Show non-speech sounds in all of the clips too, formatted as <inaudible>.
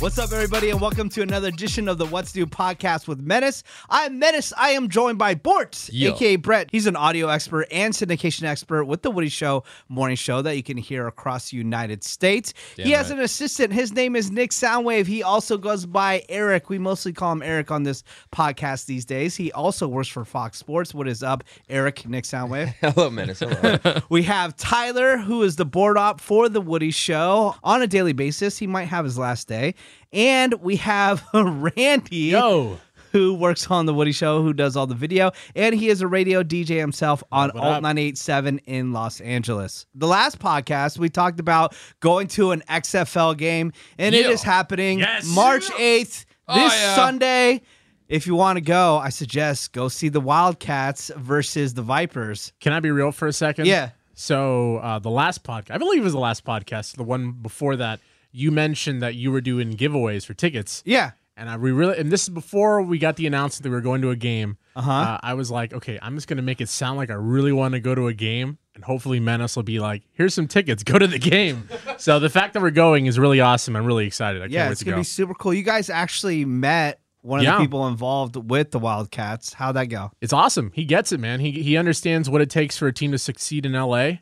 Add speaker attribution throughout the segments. Speaker 1: What's up, everybody, and welcome to another edition of the What's New podcast with Menace. I'm Menace. I am joined by Bort,
Speaker 2: Yo.
Speaker 1: aka Brett. He's an audio expert and syndication expert with the Woody Show morning show that you can hear across the United States. he
Speaker 2: Damn
Speaker 1: has
Speaker 2: right.
Speaker 1: an assistant. His name is Nick Soundwave. He also goes by Eric. We mostly call him Eric on this podcast these days. He also works for Fox Sports. What is up, Eric? Nick Soundwave.
Speaker 3: <laughs> Hello,
Speaker 1: <laughs>
Speaker 3: Menace. Hello.
Speaker 1: We have Tyler, who is the board op for the Woody Show on a daily basis. He might have his last day. And we have <laughs> Randy,
Speaker 2: Yo.
Speaker 1: who works on the Woody Show, who does all the video. And he is a radio DJ himself on
Speaker 2: What
Speaker 1: Alt
Speaker 2: up?
Speaker 1: 987 in Los Angeles. The last podcast, we talked about going to an XFL game, and it
Speaker 2: Yeah.
Speaker 1: is happening
Speaker 2: Yes.
Speaker 1: March 8th,
Speaker 2: Oh,
Speaker 1: this
Speaker 2: yeah.
Speaker 1: Sunday. If you want to go, I suggest go see the Wildcats versus the Vipers.
Speaker 4: Can I be real for a second?
Speaker 1: Yeah.
Speaker 4: So uh, the last podcast, I believe it was the last podcast, the one before that, you mentioned that you were doing giveaways for tickets.
Speaker 1: Yeah.
Speaker 4: And I we really, and this is before we got the announcement that we were going to a game.
Speaker 1: Uh-huh.
Speaker 4: Uh, I was like, okay, I'm just gonna make it sound like I really want to go to a game, and hopefully Menace will be like, here's some tickets, go to the <laughs> game. so the fact that we're going is really awesome. I'm really excited. I
Speaker 1: yeah,
Speaker 4: can't wait
Speaker 1: it's
Speaker 4: to
Speaker 1: gonna
Speaker 4: go.
Speaker 1: be super cool. You guys actually met one of
Speaker 4: Yeah.
Speaker 1: the people involved with the Wildcats. How'd that go?
Speaker 4: it's awesome. He gets it, man. He he understands what it takes for a team to succeed in LA,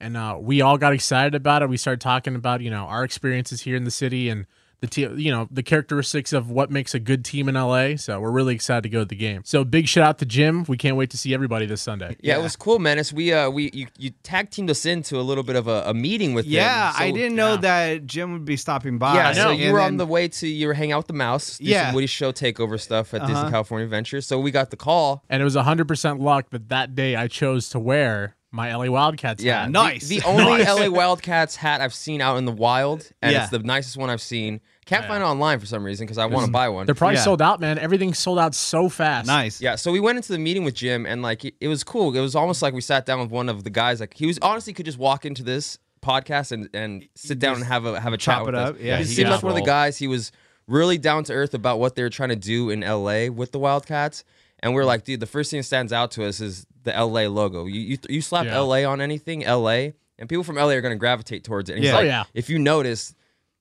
Speaker 4: and uh, we all got excited about it. We started talking about you know our experiences here in the city and the te- you know the characteristics of what makes a good team in LA. So we're really excited to go to the game. So big shout out to Jim. We can't wait to see everybody this Sunday.
Speaker 3: yeah, it was cool, Menace. We uh we you, you tag teamed us into a little bit of a, a meeting with
Speaker 1: Yeah,
Speaker 3: them.
Speaker 1: I
Speaker 3: So-
Speaker 1: didn't know that Jim would be stopping by.
Speaker 3: Yeah,
Speaker 4: I
Speaker 3: so
Speaker 4: know.
Speaker 3: you
Speaker 1: And
Speaker 3: were on
Speaker 1: then-
Speaker 3: the way to you were hanging out with the mouse, do
Speaker 1: Yeah.
Speaker 3: some Woody Show takeover stuff at
Speaker 1: Uh-huh.
Speaker 3: Disney California Adventure. So we got the call.
Speaker 4: And it was 100% luck that that day I chose to wear my LA Wildcats
Speaker 3: Yeah,
Speaker 4: hat.
Speaker 3: the-
Speaker 1: Ah, <laughs> Nice.
Speaker 3: The, only
Speaker 4: Nice.
Speaker 3: LA Wildcats hat I've seen out in the wild, and
Speaker 1: Yeah.
Speaker 3: it's the nicest one I've seen. Can't find it online for some reason because I want to buy one.
Speaker 4: They're probably
Speaker 1: Yeah.
Speaker 4: sold out, man. Everything's sold out so
Speaker 1: <laughs>
Speaker 4: fast.
Speaker 1: nice.
Speaker 3: Yeah, so we went into the meeting with Jim, and like it, it was cool. It was almost like we sat down with one of the guys. Like he was honestly could just walk into this podcast and and sit down and have a have a chat
Speaker 1: chop
Speaker 3: with
Speaker 1: it
Speaker 3: us.
Speaker 1: up, yeah.
Speaker 3: he
Speaker 1: He
Speaker 3: seemed
Speaker 1: could
Speaker 3: like one of the guys. He was really down to earth about what they were trying to do in L.A. with the Wildcats, and we are like, dude, the first thing that stands out to us is the L.A. logo. You you, you slap
Speaker 4: Yeah.
Speaker 3: L.A. on anything, L.A. and people from L.A. are going to gravitate towards it. And he's
Speaker 1: Yeah.
Speaker 3: like,
Speaker 4: Oh, yeah.
Speaker 3: if you notice.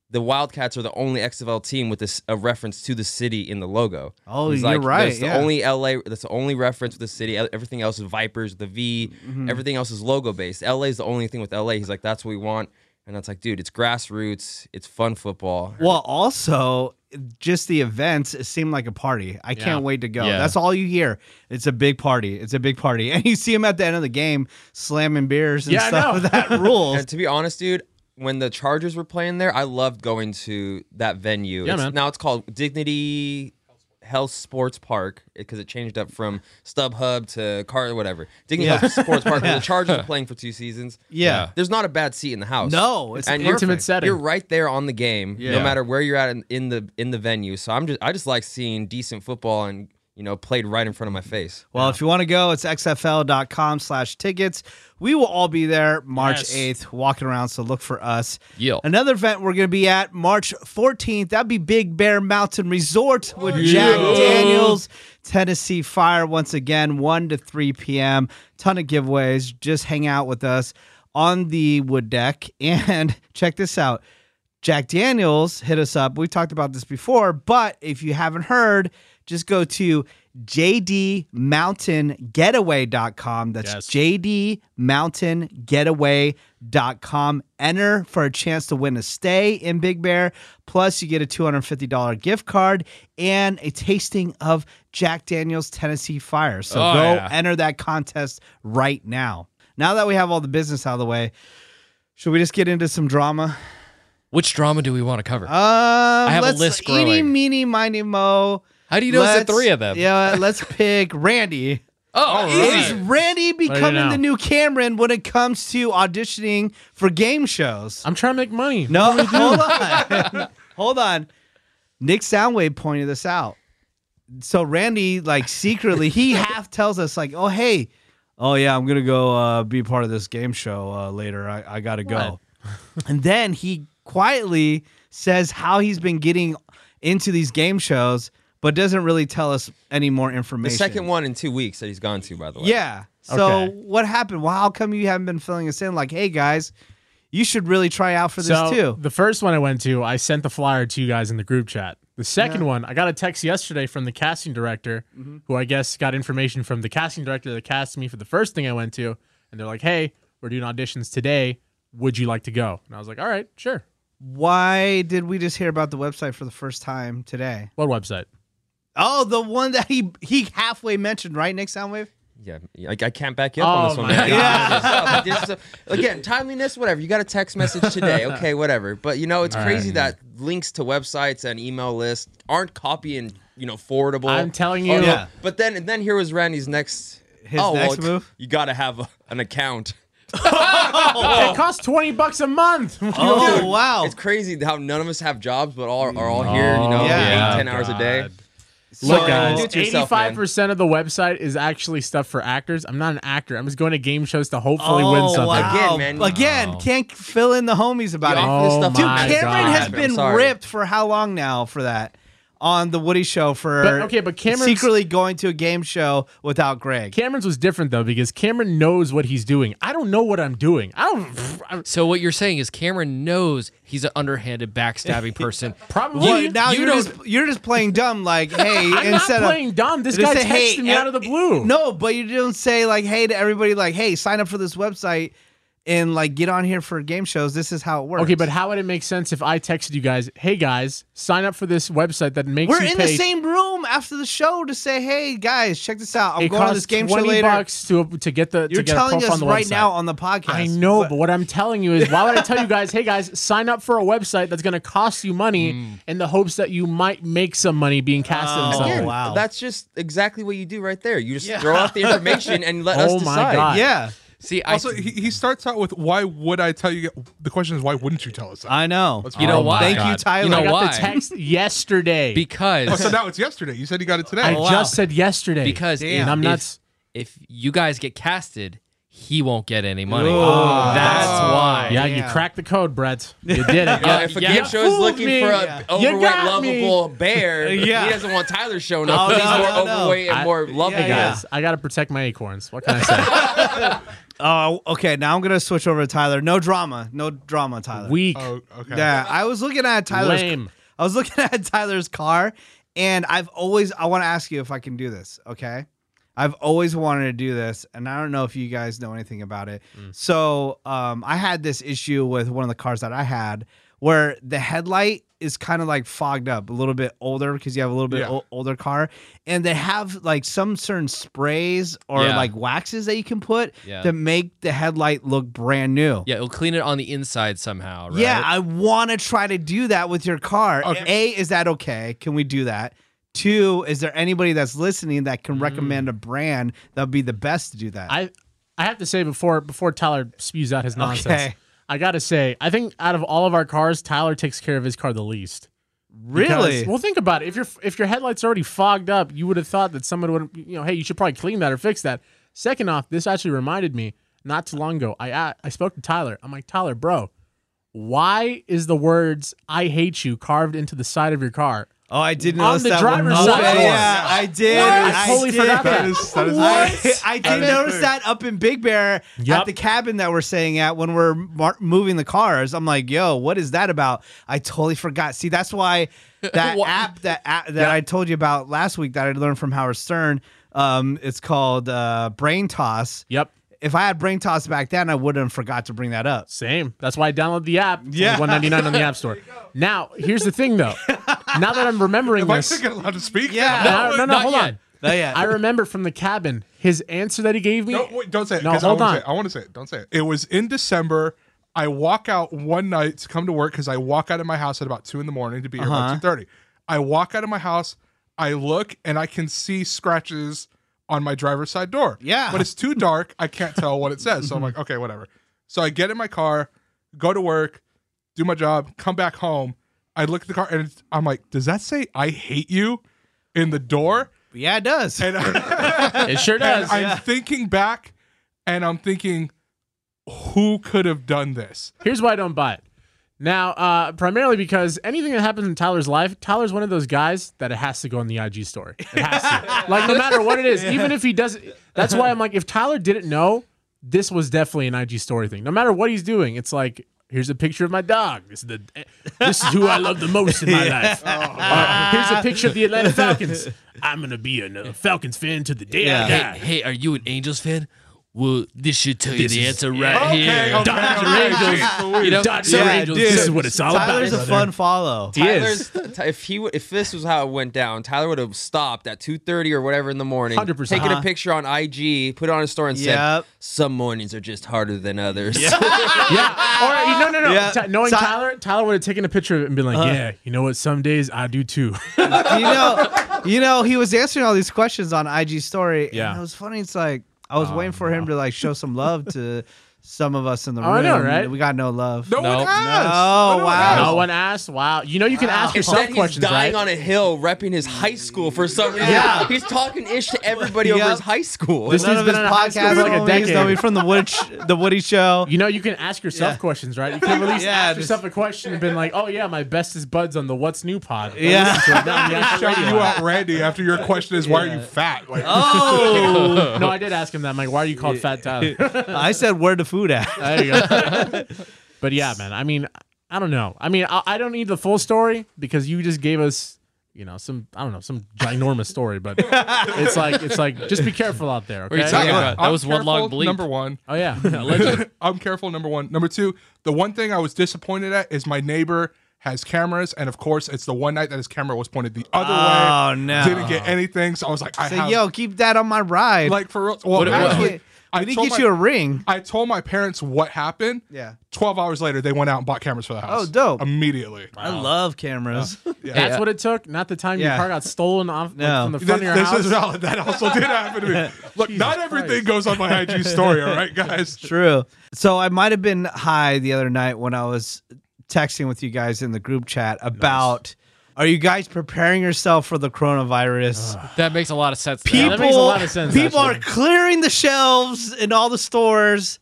Speaker 3: The Wildcats are the only XFL team with this a reference to the city in the logo.
Speaker 1: Oh,
Speaker 3: He's
Speaker 1: you're
Speaker 3: like,
Speaker 1: right,
Speaker 3: That's the
Speaker 1: yeah.
Speaker 3: only LA. That's the only reference with the city. E, Everything else is Vipers, the V.
Speaker 1: Mm-hmm.
Speaker 3: Everything else is logo based. LA is the only thing with LA. He's like, that's what we want. And it's like, dude, it's grassroots. It's fun football.
Speaker 1: Well, also just the events it seemed like a party. I can't wait to go.
Speaker 2: Yeah.
Speaker 1: That's all you hear. It's a big party. It's a big party, <laughs> and you see him at the end of the game slamming beers and
Speaker 4: Yeah, I
Speaker 1: stuff.
Speaker 4: know.
Speaker 1: That rules.
Speaker 3: And to be honest, dude, when the Chargers were playing there, I loved going to that venue.
Speaker 4: Yeah,
Speaker 3: It's-
Speaker 4: man.
Speaker 3: Now it's called Dignity Health Sports Park because it changed up from StubHub to Car, whatever. Dignity
Speaker 1: <laughs> Yeah.
Speaker 3: Health Sports Park. where The Chargers were playing for two seasons.
Speaker 1: Yeah.
Speaker 3: there's not a bad seat in the house.
Speaker 1: No, it's
Speaker 3: and
Speaker 4: an intimate
Speaker 3: you're,
Speaker 4: setting.
Speaker 3: You're right there on the game, no
Speaker 1: Yeah.
Speaker 3: matter where you're at in, in the in the venue. So I'm just I just like seeing decent football and you know played right in front of my face.
Speaker 1: Well, if you want to go, it's xfl.com slash tickets. We will all be there March
Speaker 4: Yes.
Speaker 1: 8th, walking around, so look for us.
Speaker 2: Yeah.
Speaker 1: Another event we're going to be at March 14th. That'd be Big Bear Mountain Resort with Jack Daniels, Tennessee Fire, once again, 1 to 3 p.m. Ton of giveaways. Just hang out with us on the wood deck. <laughs> And check this out. Jack Daniels hit us up. We talked about this before, but if you haven't heard, just go to jdmountaingetaway.com. That's
Speaker 4: Yes.
Speaker 1: jdmountaingetaway.com. Enter for a chance to win a stay in Big Bear. Plus, you get a $250 gift card and a tasting of Jack Daniels Tennessee Fire. So
Speaker 2: Oh,
Speaker 1: go
Speaker 2: yeah.
Speaker 1: enter that contest right now. Now that we have all the business out of the way, should we just get into some drama?
Speaker 2: Which drama do we want to cover?
Speaker 1: Um,
Speaker 2: I have a
Speaker 1: let's,
Speaker 2: list
Speaker 1: Eeny,
Speaker 2: growing.
Speaker 1: meeny, miny, mo.
Speaker 2: How do you know it's
Speaker 1: Let's-
Speaker 2: the three of them?
Speaker 1: Yeah,
Speaker 2: <laughs>
Speaker 1: let's pick Randy.
Speaker 2: Oh,
Speaker 1: Is
Speaker 2: easy.
Speaker 1: Randy becoming
Speaker 4: now.
Speaker 1: the new Cameron when it comes to auditioning for game shows?
Speaker 4: I'm trying to make money.
Speaker 1: No, hold on. <laughs> hold on. Nick Soundwave pointed this out. So Randy, like secretly,
Speaker 4: <laughs>
Speaker 1: he half tells us, like, oh hey, oh yeah, I'm gonna go uh, be part of this game show uh, later. I, I gotta go. <laughs> and then he quietly says how he's been getting into these game shows, but doesn't really tell us any more
Speaker 3: The
Speaker 1: information.
Speaker 3: second one in two weeks that he's gone to, by the way.
Speaker 1: Yeah. So
Speaker 4: Okay.
Speaker 1: what happened? Well, how come you haven't been filling us in? Like, hey guys, you should really try out for this
Speaker 4: so
Speaker 1: too.
Speaker 4: the first one I went to, I sent the flyer to you guys in the group chat. The second one, I got a text yesterday from the casting director,
Speaker 1: Mm-hmm.
Speaker 4: who I guess got information from the casting director that cast me for the first thing I went to, and they're like, "Hey, we're doing auditions today. Would you like to go?" And I was like, "All right, sure."
Speaker 1: Why did we just hear about the website for the first time today?
Speaker 4: What website?
Speaker 1: Oh, the one that he he halfway mentioned, right, Nick Soundwave?
Speaker 3: Yeah, I, I can't back you up on
Speaker 4: Oh
Speaker 3: this one.
Speaker 4: my
Speaker 3: man.
Speaker 1: God.
Speaker 3: This is up. This is up. again, timeliness, whatever. You got a text message
Speaker 4: <laughs>
Speaker 3: today, okay, whatever. But you know, it's crazy that links to websites and email lists aren't copy and you know forwardable.
Speaker 4: I'm telling
Speaker 3: Oh,
Speaker 4: you.
Speaker 3: no.
Speaker 4: Yeah.
Speaker 3: But then, and then here was Randy's next.
Speaker 1: His
Speaker 3: oh,
Speaker 1: next
Speaker 3: well,
Speaker 1: move?
Speaker 3: You got to have a, an account.
Speaker 4: It costs twenty bucks a month. <laughs>
Speaker 1: Oh wow!
Speaker 3: It's crazy how none of us have jobs, but all are all here. You
Speaker 1: yeah.
Speaker 3: know, eight,
Speaker 1: Yeah,
Speaker 3: ten hours a day.
Speaker 4: Oh, Look,
Speaker 3: So-
Speaker 4: guys,
Speaker 3: Do it to yourself, man.
Speaker 4: eighty-five percent of the website is actually stuff for actors. I'm not an actor. I'm just going to game shows to hopefully win something.
Speaker 3: Again, man.
Speaker 1: Oh, Again, can't fill in the homies
Speaker 3: The
Speaker 1: about it.
Speaker 3: office
Speaker 4: Oh
Speaker 3: stuff
Speaker 4: Dude,
Speaker 3: happens.
Speaker 4: my
Speaker 1: Cameron
Speaker 4: God.
Speaker 1: has
Speaker 3: I'm
Speaker 1: been
Speaker 3: sorry.
Speaker 1: ripped for how long now for that on the Woody Show for
Speaker 4: But, okay, but Cameron's-
Speaker 1: secretly going to a game show without Greg.
Speaker 4: Cameron's was different though because Cameron knows what he's doing. I don't know what I'm doing. I don't. I,
Speaker 2: So what you're saying is Cameron knows he's an underhanded, backstabbing
Speaker 5: <laughs>
Speaker 2: person.
Speaker 4: probably.
Speaker 1: Well, now
Speaker 2: you
Speaker 1: you are
Speaker 2: don't-
Speaker 1: just you're just playing dumb,
Speaker 4: <laughs>
Speaker 1: like hey,
Speaker 4: I'm not
Speaker 1: instead
Speaker 4: playing
Speaker 1: of
Speaker 4: dumb. This
Speaker 1: they
Speaker 4: guy
Speaker 1: say,
Speaker 4: texted
Speaker 1: "Hey,
Speaker 4: me
Speaker 1: eh,
Speaker 4: out of the blue.
Speaker 1: no, but you don't say like hey to everybody, like hey, sign up for this website and like get on here for game shows. This is how it works.
Speaker 4: Okay, but how would it make sense if I texted you guys, "Hey guys, sign up for this website that makes
Speaker 1: we're
Speaker 4: you
Speaker 1: in
Speaker 4: pay."
Speaker 1: the same room after the show to say hey guys, check this out. I'm
Speaker 4: it
Speaker 1: going
Speaker 4: costs
Speaker 1: to this game show
Speaker 4: twenty
Speaker 1: later.
Speaker 4: bucks to to get the.
Speaker 1: You're
Speaker 4: to get a
Speaker 1: telling us
Speaker 4: profile on the
Speaker 1: right
Speaker 4: website.
Speaker 1: now on the podcast.
Speaker 4: I know, but, what I'm telling you is, why would I tell you guys, hey guys, sign up for a website that's going to cost you money in the hopes that you might make some money being casted in
Speaker 1: Mm. Oh,
Speaker 4: something?
Speaker 3: Again,
Speaker 1: wow.
Speaker 3: That's just exactly what you do right there. You just throw
Speaker 1: <laughs>
Speaker 3: out the information and let us
Speaker 4: Oh my
Speaker 3: decide.
Speaker 4: God.
Speaker 1: yeah,
Speaker 2: See, I
Speaker 5: Also, he, he starts out with, "Why would I tell you?" The question is, why wouldn't you tell
Speaker 1: <laughs>
Speaker 5: us? That?
Speaker 1: I know.
Speaker 5: Let's be
Speaker 2: you know
Speaker 5: honest.
Speaker 2: why?
Speaker 1: Thank you,
Speaker 4: Oh God.
Speaker 1: Tyler.
Speaker 2: You know
Speaker 4: I got
Speaker 2: why?
Speaker 4: the text yesterday.
Speaker 5: Oh,
Speaker 2: because
Speaker 5: so now it's yesterday. You said you got it today.
Speaker 4: I
Speaker 1: wow.
Speaker 4: just said yesterday.
Speaker 2: because
Speaker 1: Damn.
Speaker 2: if,
Speaker 4: And I'm not s-
Speaker 2: If, if you guys get casted, he won't get any money.
Speaker 1: Oh.
Speaker 2: That's why.
Speaker 4: Yeah, you
Speaker 1: Damn.
Speaker 4: cracked the code, Brett. You did it.
Speaker 3: Uh,
Speaker 4: yeah,
Speaker 3: if a
Speaker 4: yeah.
Speaker 3: game show is
Speaker 4: Fooled
Speaker 3: looking
Speaker 4: me.
Speaker 3: for
Speaker 4: Yeah.
Speaker 3: an
Speaker 4: You
Speaker 3: overweight,
Speaker 4: got me.
Speaker 3: lovable
Speaker 1: <laughs>
Speaker 3: bear,
Speaker 1: Yeah.
Speaker 3: he doesn't want Tyler showing up.
Speaker 1: Oh,
Speaker 3: He's
Speaker 1: no,
Speaker 3: more
Speaker 1: no, no.
Speaker 3: overweight and
Speaker 4: I-
Speaker 3: more lovable.
Speaker 4: Hey
Speaker 1: Yeah.
Speaker 4: guys, I gotta protect my acorns. What can I say?
Speaker 1: Oh, okay. Now I'm gonna switch over to Tyler. No drama. No drama, Tyler.
Speaker 4: Weak.
Speaker 5: Oh, okay.
Speaker 1: Yeah, I was looking at Tyler's.
Speaker 4: Lame.
Speaker 1: I was looking <laughs> at Tyler's car, and I've always I want to ask you if I can do this. Okay, I've always wanted to do this, and I don't know if you guys know anything about it. So, um, I had this issue with one of the cars that I had where the headlight is kind of like fogged up, a little bit older because you have a little bit
Speaker 5: Yeah.
Speaker 1: o- older car, and they have like some certain sprays or
Speaker 2: Yeah.
Speaker 1: like waxes that you can put
Speaker 2: Yeah.
Speaker 1: to make the headlight look brand new.
Speaker 2: Yeah, it'll clean it on the inside somehow, right?
Speaker 1: Yeah, I want to try to do that with your car.
Speaker 5: Okay.
Speaker 1: A, is that okay? Can we do that? Two, is there anybody that's listening that can recommend a brand that would be the best to do that?
Speaker 4: I I have to say before before Tyler spews out his nonsense,
Speaker 1: Okay.
Speaker 4: I gotta say I think out of all of our cars, Tyler takes care of his car the least.
Speaker 1: really?
Speaker 4: Because- well, think about it. If your if your headlights already fogged up, you would have thought that someone would you know, hey, you should probably clean that or fix that. Second off, this actually reminded me not too long ago. I uh, I, I spoke to Tyler. I'm like Tyler, bro. Why is the words "I hate you" carved into the side of your car?
Speaker 1: oh, I didn't
Speaker 4: On
Speaker 1: notice
Speaker 4: the
Speaker 1: that
Speaker 4: driver's
Speaker 1: one.
Speaker 4: side
Speaker 1: Okay,
Speaker 4: door.
Speaker 1: yeah, I did.
Speaker 4: I totally
Speaker 1: did.
Speaker 4: forgot that.
Speaker 5: That is, that is
Speaker 1: I, I did
Speaker 5: is
Speaker 1: notice
Speaker 5: big.
Speaker 1: that up in Big Bear at
Speaker 4: Yup.
Speaker 1: the cabin that we're staying at when we're mar- moving the cars. I'm like, yo, what is that about? I totally forgot. See, that's
Speaker 4: <laughs>
Speaker 1: why that
Speaker 2: Wha-
Speaker 1: app that app that I told you about last week that I learned from Howard Stern. Um, it's called uh, Brain Toss.
Speaker 4: Yep.
Speaker 1: If I had Brain Toss back then, I wouldn't have forgot to bring that up.
Speaker 4: Same. That's why I downloaded the app.
Speaker 1: Yeah.
Speaker 4: Yeah. One ninety nine on the app store. Now, here's the thing though. now that I'm remembering
Speaker 5: Am I
Speaker 4: this,
Speaker 5: thinking allowed to speak?
Speaker 1: Yeah.
Speaker 5: now?
Speaker 4: no, no, no,
Speaker 2: not
Speaker 4: hold
Speaker 2: yet.
Speaker 4: on.
Speaker 5: Oh,
Speaker 1: Not yet.
Speaker 4: I remember from the cabin his answer that he gave me.
Speaker 5: No, wait, don't say it.
Speaker 4: No,
Speaker 5: 'cause
Speaker 4: hold
Speaker 5: I wanna
Speaker 4: on.
Speaker 5: Say it. I want to say it. Don't say it. It was in December. I walk out one night to come to work because I walk out of my house at about two in the morning to be here
Speaker 4: Uh-huh.
Speaker 5: by two thirty. I walk out of my house. I look and I can see scratches on my driver's side door.
Speaker 1: Yeah.
Speaker 5: but it's too dark. I can't tell what it says.
Speaker 4: <laughs>
Speaker 5: So I'm like, okay, whatever. So I get in my car, go to work, do my job, come back home. I look at the car and it's- I'm like, does that say "I hate you" in the door?
Speaker 1: <laughs> Yeah, it does.
Speaker 5: And
Speaker 4: It sure does.
Speaker 5: and I'm thinking back and I'm thinking, who could have done this?
Speaker 2: <laughs>
Speaker 4: Here's why I don't buy it. Now, uh, primarily because anything that happens in Tyler's life, Tyler's one of those guys that it has to go in the IG story. It has to. like, no matter what it is, even if he doesn't. That's why I'm like, if Tyler didn't know, this was definitely an IG story thing. No matter what he's doing, it's like, here's a picture of my dog. This is the this is who I love the most in my life. Uh, here's a picture of the Atlanta Falcons. I'm gonna be a uh, Falcons fan to the day I
Speaker 2: Hey,
Speaker 4: die.
Speaker 2: hey, are you an Angels fan? Well, this should tell you the answer right
Speaker 5: Okay,
Speaker 2: here.
Speaker 5: okay,
Speaker 4: Dodger
Speaker 5: okay,
Speaker 4: Angels.
Speaker 5: geez Louise.
Speaker 2: You know,
Speaker 4: Dodger
Speaker 1: Yeah,
Speaker 4: Angels.
Speaker 1: dude.
Speaker 4: This is what it's all
Speaker 1: Tyler's
Speaker 4: about.
Speaker 1: a fun follow.
Speaker 4: He is.
Speaker 3: Tyler's, Ty- if he would, if this was how it went down, Tyler would have stopped at two thirty or whatever in the morning,
Speaker 4: 100%.
Speaker 3: taken a picture on IG, put it on his store, and
Speaker 1: Uh-huh. Yep.
Speaker 3: said, "Some mornings are just harder than others." <laughs>
Speaker 4: Yeah. Or no, no, no.
Speaker 1: Yeah.
Speaker 4: Ty- knowing
Speaker 1: Ty-
Speaker 4: Tyler, Tyler would have taken a picture of it and been like, "Yeah, you know what? Some days I do too."
Speaker 1: you know, you know, he was answering all these questions on IG story.
Speaker 4: Yeah.
Speaker 1: and it was funny. It's like I
Speaker 5: Oh,
Speaker 1: was waiting for him to like show some love to some of us in
Speaker 5: Oh,
Speaker 1: the room.
Speaker 4: I know, right?
Speaker 1: We got no love.
Speaker 5: No, one
Speaker 4: No.
Speaker 5: asked.
Speaker 1: No,
Speaker 5: one
Speaker 1: wow.
Speaker 4: no
Speaker 5: asked.
Speaker 4: one asked. Wow. You know you can ask yourself
Speaker 3: Instead, he's
Speaker 4: questions,
Speaker 3: dying
Speaker 4: right?
Speaker 3: on a hill, repping his high school for some reason.
Speaker 1: Yeah.
Speaker 3: he's talking ish to everybody
Speaker 1: Yep.
Speaker 3: over his high school.
Speaker 4: This-
Speaker 1: None
Speaker 4: dude's
Speaker 1: of his
Speaker 4: been on a high school
Speaker 1: podcast
Speaker 4: for like a
Speaker 1: homies know
Speaker 4: decade.
Speaker 1: me from the Woody, the Woody Show.
Speaker 5: <laughs>
Speaker 4: you know you can ask yourself
Speaker 1: Yeah.
Speaker 4: questions, right? You can at least
Speaker 1: Yeah,
Speaker 4: ask
Speaker 1: just-
Speaker 4: yourself a question and been like, "Oh yeah, my bestest buds on the What's New pod." Go
Speaker 1: Yeah.
Speaker 4: listen to it now on the actual
Speaker 5: <laughs> Shout
Speaker 4: radio.
Speaker 5: you out, Randy. After your question is, "Why are you fat?" Like,
Speaker 2: Oh,
Speaker 5: Oh!
Speaker 4: No, I did ask him that. I'm like, "Why are you called Fat Tyler?"
Speaker 1: <laughs> I said, "Where the food
Speaker 5: <laughs>
Speaker 1: at?"
Speaker 4: There you go. <laughs> but yeah, man. I mean, I don't know. I mean, I, I don't need the full story because you just gave us, you know, some I don't know, some ginormous story. But it's like it's like just be careful out there.
Speaker 2: are you
Speaker 4: Okay.
Speaker 2: talking
Speaker 4: Yeah.
Speaker 2: about? That
Speaker 5: I'm
Speaker 2: was one long
Speaker 5: careful,
Speaker 2: bleep. <laughs>
Speaker 5: Number one.
Speaker 4: Oh yeah, Allegedly.
Speaker 5: I'm careful. Number one. Number two. The one thing I was disappointed at is my neighbor has cameras, and of course, it's the one night that his camera was pointed the other
Speaker 1: Oh,
Speaker 5: way.
Speaker 1: no.
Speaker 5: Didn't get anything, so I was like, I
Speaker 1: Say,
Speaker 5: have,
Speaker 1: yo, keep that on my ride.
Speaker 5: like for real. Well,
Speaker 2: What- what-
Speaker 5: actually,
Speaker 1: we
Speaker 5: I
Speaker 1: need to
Speaker 5: told
Speaker 1: get
Speaker 5: my-
Speaker 1: you a ring.
Speaker 5: I told my parents what happened.
Speaker 1: Yeah.
Speaker 5: 12 hours later, they went out and bought cameras for the house.
Speaker 1: Oh, dope.
Speaker 5: Immediately.
Speaker 1: I love cameras.
Speaker 4: that's what it took. Not the time
Speaker 1: Yeah.
Speaker 4: your car got stolen off like,
Speaker 1: No.
Speaker 4: from the
Speaker 5: Th-
Speaker 4: front of your
Speaker 5: This
Speaker 4: house.
Speaker 5: is valid. That also did happen to <laughs> me. Look, not everything goes on my IG story, all right, guys?
Speaker 1: True. So I might have been high the other night when I was texting with you guys in the group chat about are you guys preparing yourself for the coronavirus?
Speaker 2: That makes a lot of sense.
Speaker 4: Yeah,
Speaker 2: now.
Speaker 4: that makes a lot of sense,
Speaker 1: People
Speaker 4: actually.
Speaker 1: are clearing the shelves in all the stores.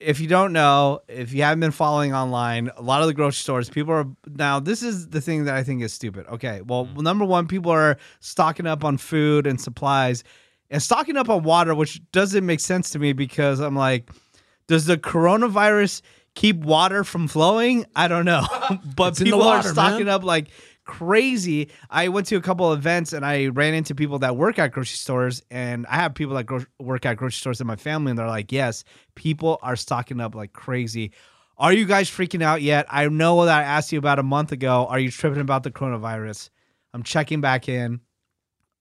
Speaker 1: If you don't know, if you haven't been following online, a lot of the grocery stores, people are now. This is the thing that I think is stupid. Okay, well,
Speaker 4: Mm.
Speaker 1: number one, people are stocking up on food and supplies, and stocking up on water, which doesn't make sense to me because I'm like, does the coronavirus keep water from flowing? I don't
Speaker 4: <laughs>
Speaker 1: know, <laughs> but
Speaker 4: in the
Speaker 1: people
Speaker 4: water,
Speaker 1: are
Speaker 4: man.
Speaker 1: stocking up up like crazy. I went to a couple events and I ran into people that work at grocery stores, and I have people that gro- work at grocery stores in my family, and they're like, "Yes, people are stocking up like crazy." Are you guys freaking out yet? I know that I asked you about a month ago. Are you tripping about the coronavirus? I'm checking back in.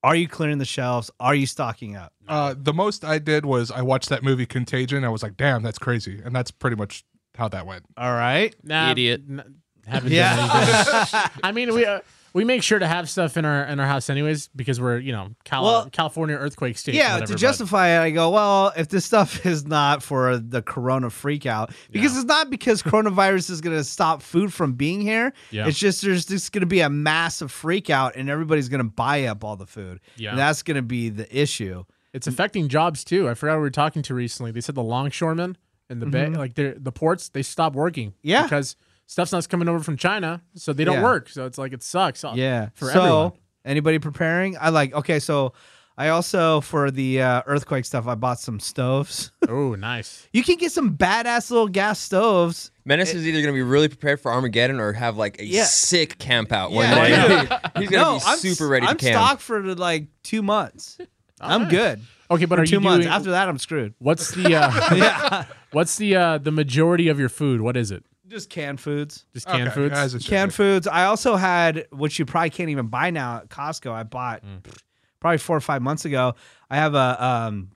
Speaker 1: Are you clearing the shelves? Are you stocking up?
Speaker 5: <laughs> Uh, the most I did was I watched that movie Contagion. I was like, damn, that's crazy. And that's pretty much how that went.
Speaker 1: All right.
Speaker 4: Nah,
Speaker 2: Idiot.
Speaker 4: n- haven't
Speaker 1: Yeah.
Speaker 4: done anything.
Speaker 1: <laughs>
Speaker 4: I mean, we uh, we make sure to have stuff in our in our house anyways because we're you know Cal-
Speaker 1: Well-
Speaker 4: California earthquake state.
Speaker 1: Yeah,
Speaker 4: whatever,
Speaker 1: to
Speaker 4: but-
Speaker 1: justify it, I go, well, if this stuff <laughs> is not for the corona freakout, because it's not because coronavirus is going to stop food from being here.
Speaker 4: Yeah.
Speaker 1: It's just there's just going to be a massive freakout and everybody's going to buy up all the food.
Speaker 4: Yeah.
Speaker 1: And that's going to be the issue.
Speaker 4: It's affecting jobs too. I forgot we were talking to recently. They said the longshoremen and the bay, like they're- the ports, they stop working.
Speaker 1: Mm-hmm. Yeah.
Speaker 4: because stuff's not coming over from China, so they don't
Speaker 1: Yeah.
Speaker 4: work. So it's like it sucks. uh,
Speaker 1: Yeah.
Speaker 4: for
Speaker 1: so,
Speaker 4: everyone.
Speaker 1: anybody preparing? I like, okay, so I also, for the uh, earthquake stuff, I bought some stoves. <laughs>
Speaker 4: Oh, nice.
Speaker 1: you can get some badass little gas stoves.
Speaker 3: Menace is either going to be really prepared for Armageddon or have like a
Speaker 1: Yeah.
Speaker 3: sick camp out one
Speaker 1: Yeah. <laughs>
Speaker 3: night. <laughs> He's going to be
Speaker 1: I'm
Speaker 3: super
Speaker 1: s-
Speaker 3: ready
Speaker 1: I'm
Speaker 3: to camp.
Speaker 1: stocked for like two months. I'm good.
Speaker 4: Okay, but
Speaker 1: for
Speaker 4: are
Speaker 1: two
Speaker 4: you
Speaker 1: months.
Speaker 4: doing?
Speaker 1: After that, I'm screwed. <laughs>
Speaker 4: what's the uh, <laughs> what's the uh, the majority of your food? What is it?
Speaker 1: Just canned foods.
Speaker 4: Just canned
Speaker 5: Okay,
Speaker 4: foods.
Speaker 5: guys, it's just-
Speaker 1: Canned foods. I also had, which you probably can't even buy now at Costco. I bought
Speaker 2: Mm.
Speaker 1: pff, probably four or five months ago. I have a um,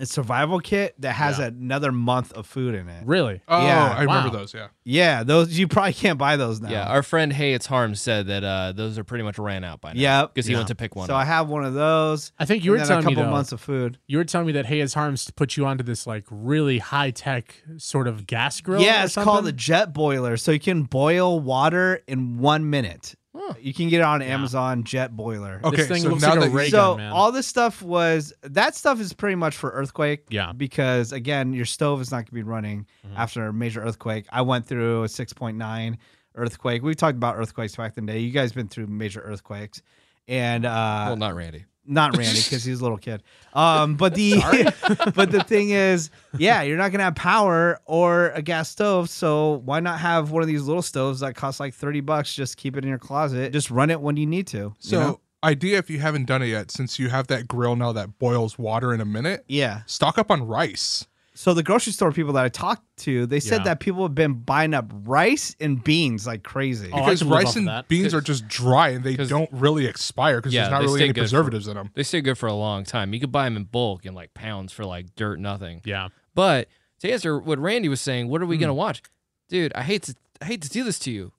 Speaker 1: a survival kit that has another month of food in it.
Speaker 4: Really?
Speaker 5: Oh,
Speaker 1: Yeah.
Speaker 5: I remember
Speaker 4: Wow.
Speaker 5: those. Yeah.
Speaker 1: Yeah, those you probably can't buy those now.
Speaker 2: Yeah, our friend Hey It's Harm said that uh, those are pretty much ran out by now.
Speaker 1: Yep.
Speaker 2: because he
Speaker 1: Yeah.
Speaker 2: went to pick one.
Speaker 1: so
Speaker 2: up.
Speaker 1: I have one of those.
Speaker 4: I think you were
Speaker 1: and then
Speaker 4: telling
Speaker 1: a
Speaker 4: me,
Speaker 1: couple
Speaker 4: though.
Speaker 1: months of food.
Speaker 4: You were telling me that Hey Is Harms put you onto this like really high tech sort of gas grill.
Speaker 1: yeah,
Speaker 4: or
Speaker 1: it's called a
Speaker 4: something?
Speaker 1: jet boiler, so you can boil water in one minute. You can get it on Amazon Jet Boiler.
Speaker 5: Okay,
Speaker 4: this thing
Speaker 5: so
Speaker 4: looks
Speaker 5: now
Speaker 4: like a
Speaker 5: that you-
Speaker 4: ray
Speaker 1: so
Speaker 4: gun, man.
Speaker 1: all this stuff was that stuff is pretty much for earthquake.
Speaker 4: Yeah.
Speaker 1: Because again, your stove is not going to be running after a major earthquake. I went through a 6.9 earthquake. We talked about earthquakes back in the day. You guys been through major earthquakes, and uh,
Speaker 2: well, not Randy.
Speaker 1: not Randy because he's a little kid. Um, but
Speaker 4: <laughs>
Speaker 1: the <laughs> but the thing is, yeah, you're not gonna have power or a gas stove, so why not have one of these little stoves that cost like thirty bucks? Just keep it in your closet. Just run it when you need to. you
Speaker 5: So,
Speaker 1: know?
Speaker 5: idea if you haven't done it yet, since you have that grill now that boils water in a minute,
Speaker 1: yeah.
Speaker 5: stock up on rice.
Speaker 1: So the grocery store people that I talked to, they said
Speaker 4: Yeah.
Speaker 1: that people have been buying up rice and beans like crazy.
Speaker 4: Oh, I
Speaker 5: Because
Speaker 4: can live
Speaker 5: rice
Speaker 4: off of
Speaker 5: and
Speaker 4: that.
Speaker 5: beans are just dry and they
Speaker 2: 'Cause-
Speaker 5: don't really expire because
Speaker 2: Yeah,
Speaker 5: there's not
Speaker 2: they
Speaker 5: really
Speaker 2: stay
Speaker 5: any
Speaker 2: good for-
Speaker 5: preservatives in them.
Speaker 2: They stay good for a long time. You could buy them in bulk in like pounds for like dirt nothing.
Speaker 4: yeah.
Speaker 2: But to answer what Randy was saying, what are
Speaker 1: Hmm.
Speaker 2: we gonna watch, dude? I hate to I hate to do this to you,